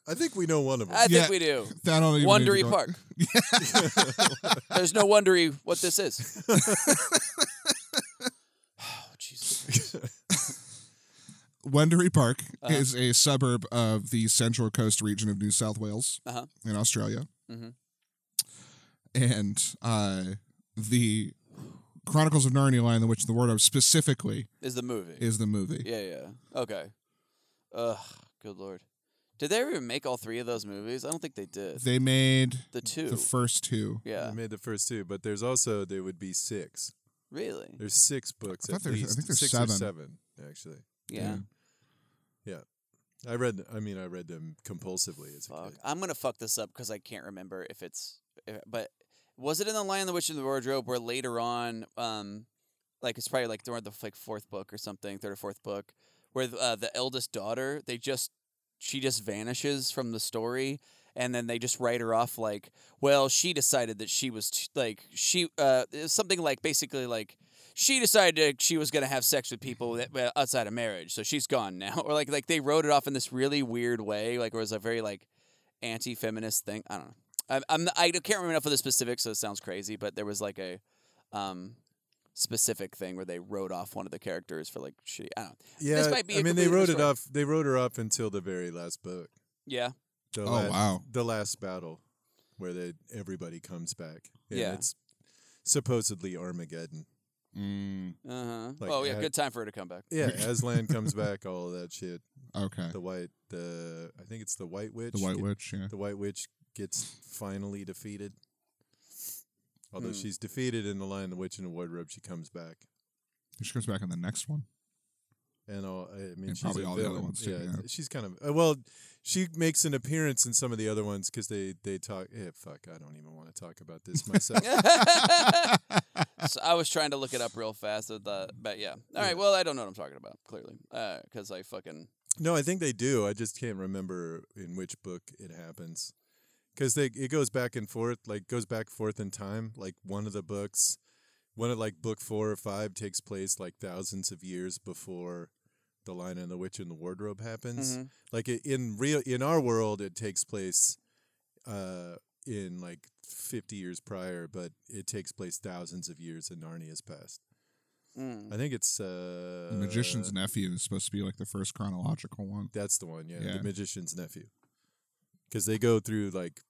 C: I think we know one of them.
B: I
D: Yeah.
B: think we do.
D: That don't even need to
B: Wondery
D: go-
B: Park. There's no wondery what this is. oh, Jesus. Christ.
D: Wendery Park
B: Uh-huh.
D: is a suburb of the Central Coast region of New South Wales
B: Uh-huh.
D: in Australia.
B: Mhm.
D: And uh, the Chronicles of Narnia, Lion the Witch, and the Wardrobe specifically
B: Is the movie.
D: is the movie.
B: yeah, yeah. Okay. Ugh, good lord. Did they ever even make all three of those movies? I don't think they did.
D: They made
B: The two.
D: the first two.
B: yeah.
C: I made the first two, but there's also there would be six.
B: Really?
C: There's six books
D: I
C: at
D: thought there's- I
C: least.
D: think there's
C: six or
D: seven.
C: seven actually.
B: Yeah.
C: I read. I mean, I read them compulsively as a
B: Fuck.
C: kid.
B: I'm gonna fuck this up because I can't remember if it's. If, but was it in the Lion, the Witch, and the Wardrobe where later on, um, like it's probably like during the like fourth book or something, third or fourth book, where uh, the eldest daughter they just she just vanishes from the story, and then they just write her off like, well, she decided that she was t- like she uh something like basically like she decided that she was gonna have sex with people that, well, outside of marriage, so she's gone now, or like like they wrote it off in this really weird way, like it was a very like anti-feminist thing. I don't know. I'm, I'm I can't remember enough of the specifics, so it sounds crazy, but there was like a um specific thing where they wrote off one of the characters for like shitty. I don't.
C: Yeah,
B: This might be
C: I
B: a
C: mean, they
B: completely
C: wrote it
B: different
C: up. They wrote her up until the very last book.
B: Yeah,
C: The
D: Oh,
C: last,
D: wow.
C: The last battle, where they everybody comes back. and
B: Yeah.
C: it's supposedly Armageddon.
D: Mm,
B: Uh huh.
C: Like,
B: oh yeah,
C: uh,
B: good time for her to come back.
C: Yeah, Aslan comes back. All of that shit.
D: okay.
C: The white, the I think it's the White Witch.
D: The White
C: get-
D: Witch, yeah.
C: The White Witch gets finally defeated. Although
B: Hmm.
C: she's defeated in the Lion, the Witch, and the Wardrobe, she comes back.
D: She comes back on the next one.
C: and all. I mean,
D: And
C: she's
D: probably
C: a
D: all the
C: villain.
D: other ones, too,
C: Yeah,
D: yeah.
C: she's kind of uh, well. She makes an appearance in some of the other ones because they they talk. Eh, fuck, I don't even want to talk about this myself.
B: So I was trying to look it up real fast, at the, but yeah. All right. Well, I don't know what I'm talking about clearly, because I fucking
C: no, I think they do. I just can't remember in which book it happens because they it goes back and forth. Like goes back and forth in time. Like one of the books, one of like book four or five takes place like thousands of years before. The Lion and the Witch and the Wardrobe happens.
D: Mm-hmm.
B: Mhm.
C: Like i- in real in our world, it takes place uh, in like 50 years prior, but it takes place thousands of years in Narnia's past.
B: Mm.
C: I think it's uh,
D: The Magician's Nephew is supposed to be like the first chronological one.
C: That's the one, yeah,
D: Yeah.
C: the magician's nephew, because they go through like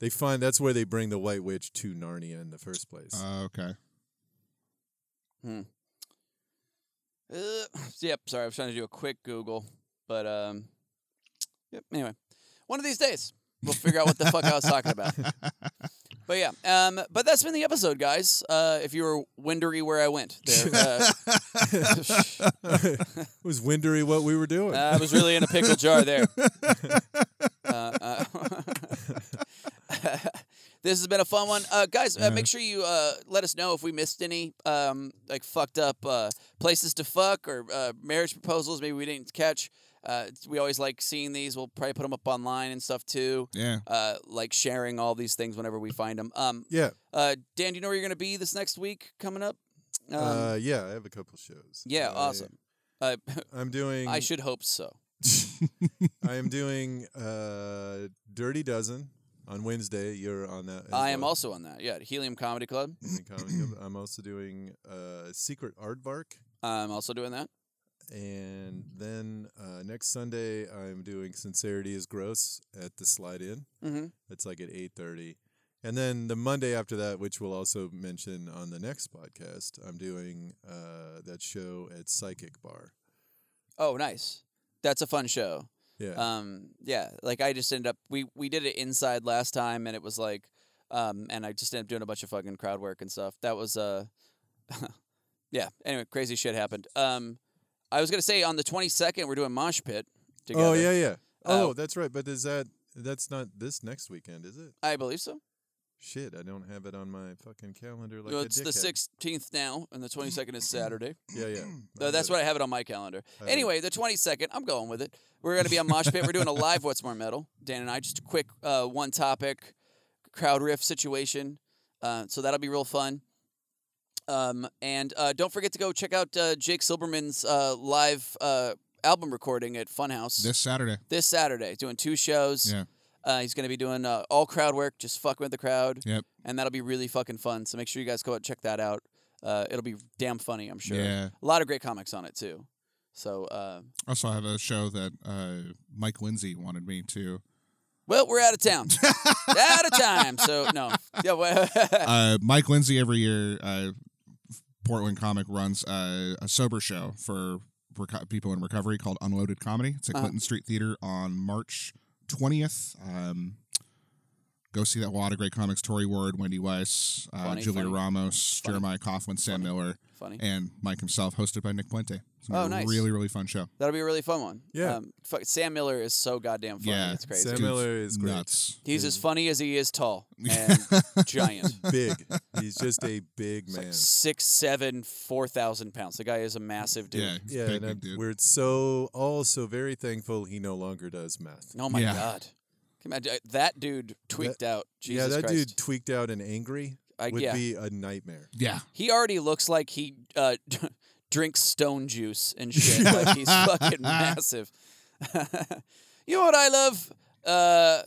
C: they find that's where they bring the White Witch to Narnia in the first place.
D: Uh, okay.
B: Uh, yep. Sorry, I was trying to do a quick Google, but um, yep. Anyway, one of these days we'll figure out what the fuck I was talking about. But yeah, um, but that's been the episode, guys. Uh, if you were windery where I went, there, uh,
C: it was windery what we were doing.
B: Uh, I was really in a pickle jar there. Uh, uh, this has been a fun one, uh, guys. Uh, make sure you uh, let us know if we missed any um, like fucked up uh, places to fuck or uh, marriage proposals maybe we didn't catch. Uh, it's- we always like seeing these. We'll probably put them up online and stuff too.
D: Yeah.
B: Uh, like sharing all these things whenever we find them. Um,
C: yeah,
B: uh, Dan, do you know where you're gonna be this next week coming up? Um,
C: uh, yeah, I have a couple shows.
B: yeah,
C: I-
B: awesome. Uh,
C: I'm doing.
B: I should hope so.
C: I am doing uh, Dirty Dozen on Wednesday. You're on that. as
B: I am
C: well.
B: also on that. Yeah, at Helium Comedy Club.
C: in the comedy club. I'm also doing uh, Secret Aardvark.
B: I'm also doing that.
C: And then uh, next Sunday, I'm doing Sincerity is Gross at the Slide In.
B: Mm-hmm.
C: It's like at 8.30. And then the Monday after that, which we'll also mention on the next podcast, I'm doing uh, that show at Psychic Bar.
B: Oh, nice. That's a fun show.
C: Yeah.
B: Um, yeah, like I just ended up we we did it inside last time, and it was like, um, and I just ended up doing a bunch of fucking crowd work and stuff. That was uh, yeah. Anyway, crazy shit happened. Um, I was gonna say on the twenty second we're doing mosh pit. Together.
C: oh, yeah, yeah.
B: Uh,
C: Oh, that's right. But is that, that's not this next weekend, is it?
B: I believe so.
C: Shit, I don't have it on my fucking calendar like
B: Well,
C: a
B: it's the
C: dickhead.
B: sixteenth now, and the twenty second is Saturday.
C: Yeah, yeah.
B: So that's what I have it on my calendar.
C: I would-
B: Anyway, the 22nd, I'm going with it. We're going to be on Mosh Pit. We're doing a live What's More Metal. Dan and I, just a quick uh, one topic crowd riff situation. Uh, so that'll be real fun. Um, and uh, don't forget to go check out uh, Jake Silberman's uh, live uh, album recording at Funhouse
D: This Saturday.
B: this Saturday. Doing two shows.
D: Yeah.
B: Uh, he's going to be doing uh, all crowd work, just fucking with the crowd.
D: Yep.
B: And that'll be really fucking fun. So make sure you guys go out and check that out. Uh, it'll be damn funny, I'm sure.
D: Yeah.
B: A lot of great comics on it, too. So, uh,
D: Also, I have a show that uh, Mike Lindsay wanted me to.
B: well, we're out of town. out of time. So, no. Yeah, well,
D: Uh, Mike Lindsay every year, uh, Portland Comic runs uh, a sober show for reco- people in recovery called Unloaded Comedy. It's at
B: Uh-huh.
D: Clinton Street Theater on March twentieth. Um, go see that. A lot of great comics: Tori Ward, Wendy Weiss, uh,
B: Funny,
D: Julia
B: funny.
D: Ramos,
B: Funny.
D: Jeremiah Coughlin, Sam Miller.
B: funny.
D: and Mike himself, hosted by Nick Puente. It's gonna
B: Oh,
D: be a
B: nice.
D: Really, really fun show.
B: That'll be a really fun one.
C: Yeah.
B: Um, fuck, Sam Miller is so goddamn funny.
D: Yeah.
B: It's crazy.
C: Sam
D: Dude's
C: Miller is great.
D: nuts.
B: He's as funny as he is tall and giant.
C: Big. He's just a big man.
B: Six, seven, four thousand pounds. The guy is a massive dude.
D: Yeah, he's a
C: Yeah,
D: big,
C: and
D: big
C: I'm-
D: dude.
C: we're so also very thankful he no longer does meth.
B: Oh my
D: Yeah.
B: god. Can you imagine- uh, that dude tweaked out. Jesus
C: yeah, that
B: Christ.
C: dude tweaked out and angry
B: I-
C: would
B: yeah.
C: be a nightmare.
D: Yeah,
B: He already looks like he uh, drinks stone juice and shit. like he's fucking massive. you know what I love? Uh,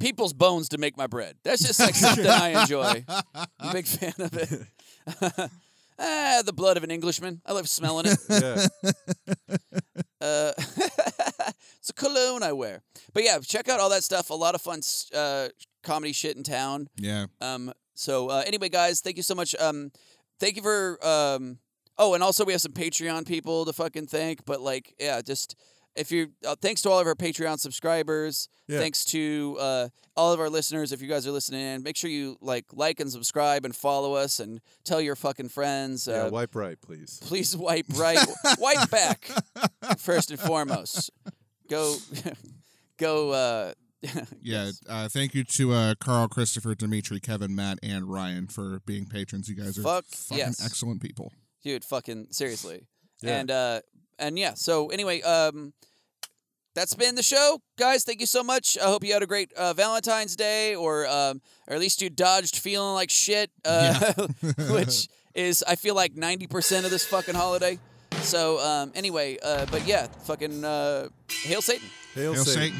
B: people's bones to make my bread. That's just like something I enjoy. I'm a big fan of it. ah, the blood of an Englishman. I love smelling it.
C: Yeah.
B: Uh, it's a cologne I wear. But yeah, check out all that stuff. A lot of fun s- uh, comedy shit in town.
D: yeah.
B: Um, so uh, anyway, guys, thank you so much. Um, thank you for. Um, oh, and also we have some Patreon people to fucking thank. But like, yeah, just if you uh, thanks to all of our Patreon subscribers.
C: Yeah.
B: Thanks to uh, all of our listeners. If you guys are listening, in, make sure you like, like, and subscribe, and follow us, and tell your fucking friends.
C: yeah,
B: Uh,
C: wipe right, please.
B: please wipe right, wipe back first and foremost. Go, go. Uh,
D: Yeah, uh, thank you to uh, Carl, Christopher, Dimitri, Kevin, Matt, and Ryan for being patrons. You guys are
B: Fuck
D: fucking
B: yes.
D: excellent people.
B: dude fucking seriously
C: Yeah.
B: and uh and yeah so anyway um that's been the show guys thank you so much i hope you had a great uh, valentine's day or um or at least you dodged feeling like shit uh, which is i feel like 90% of this fucking holiday so um anyway uh but yeah fucking uh hail satan
C: Hail,
D: Hail
C: Satan.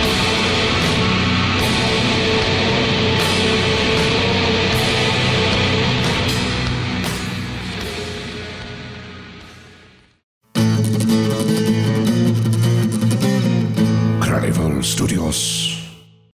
D: Satan.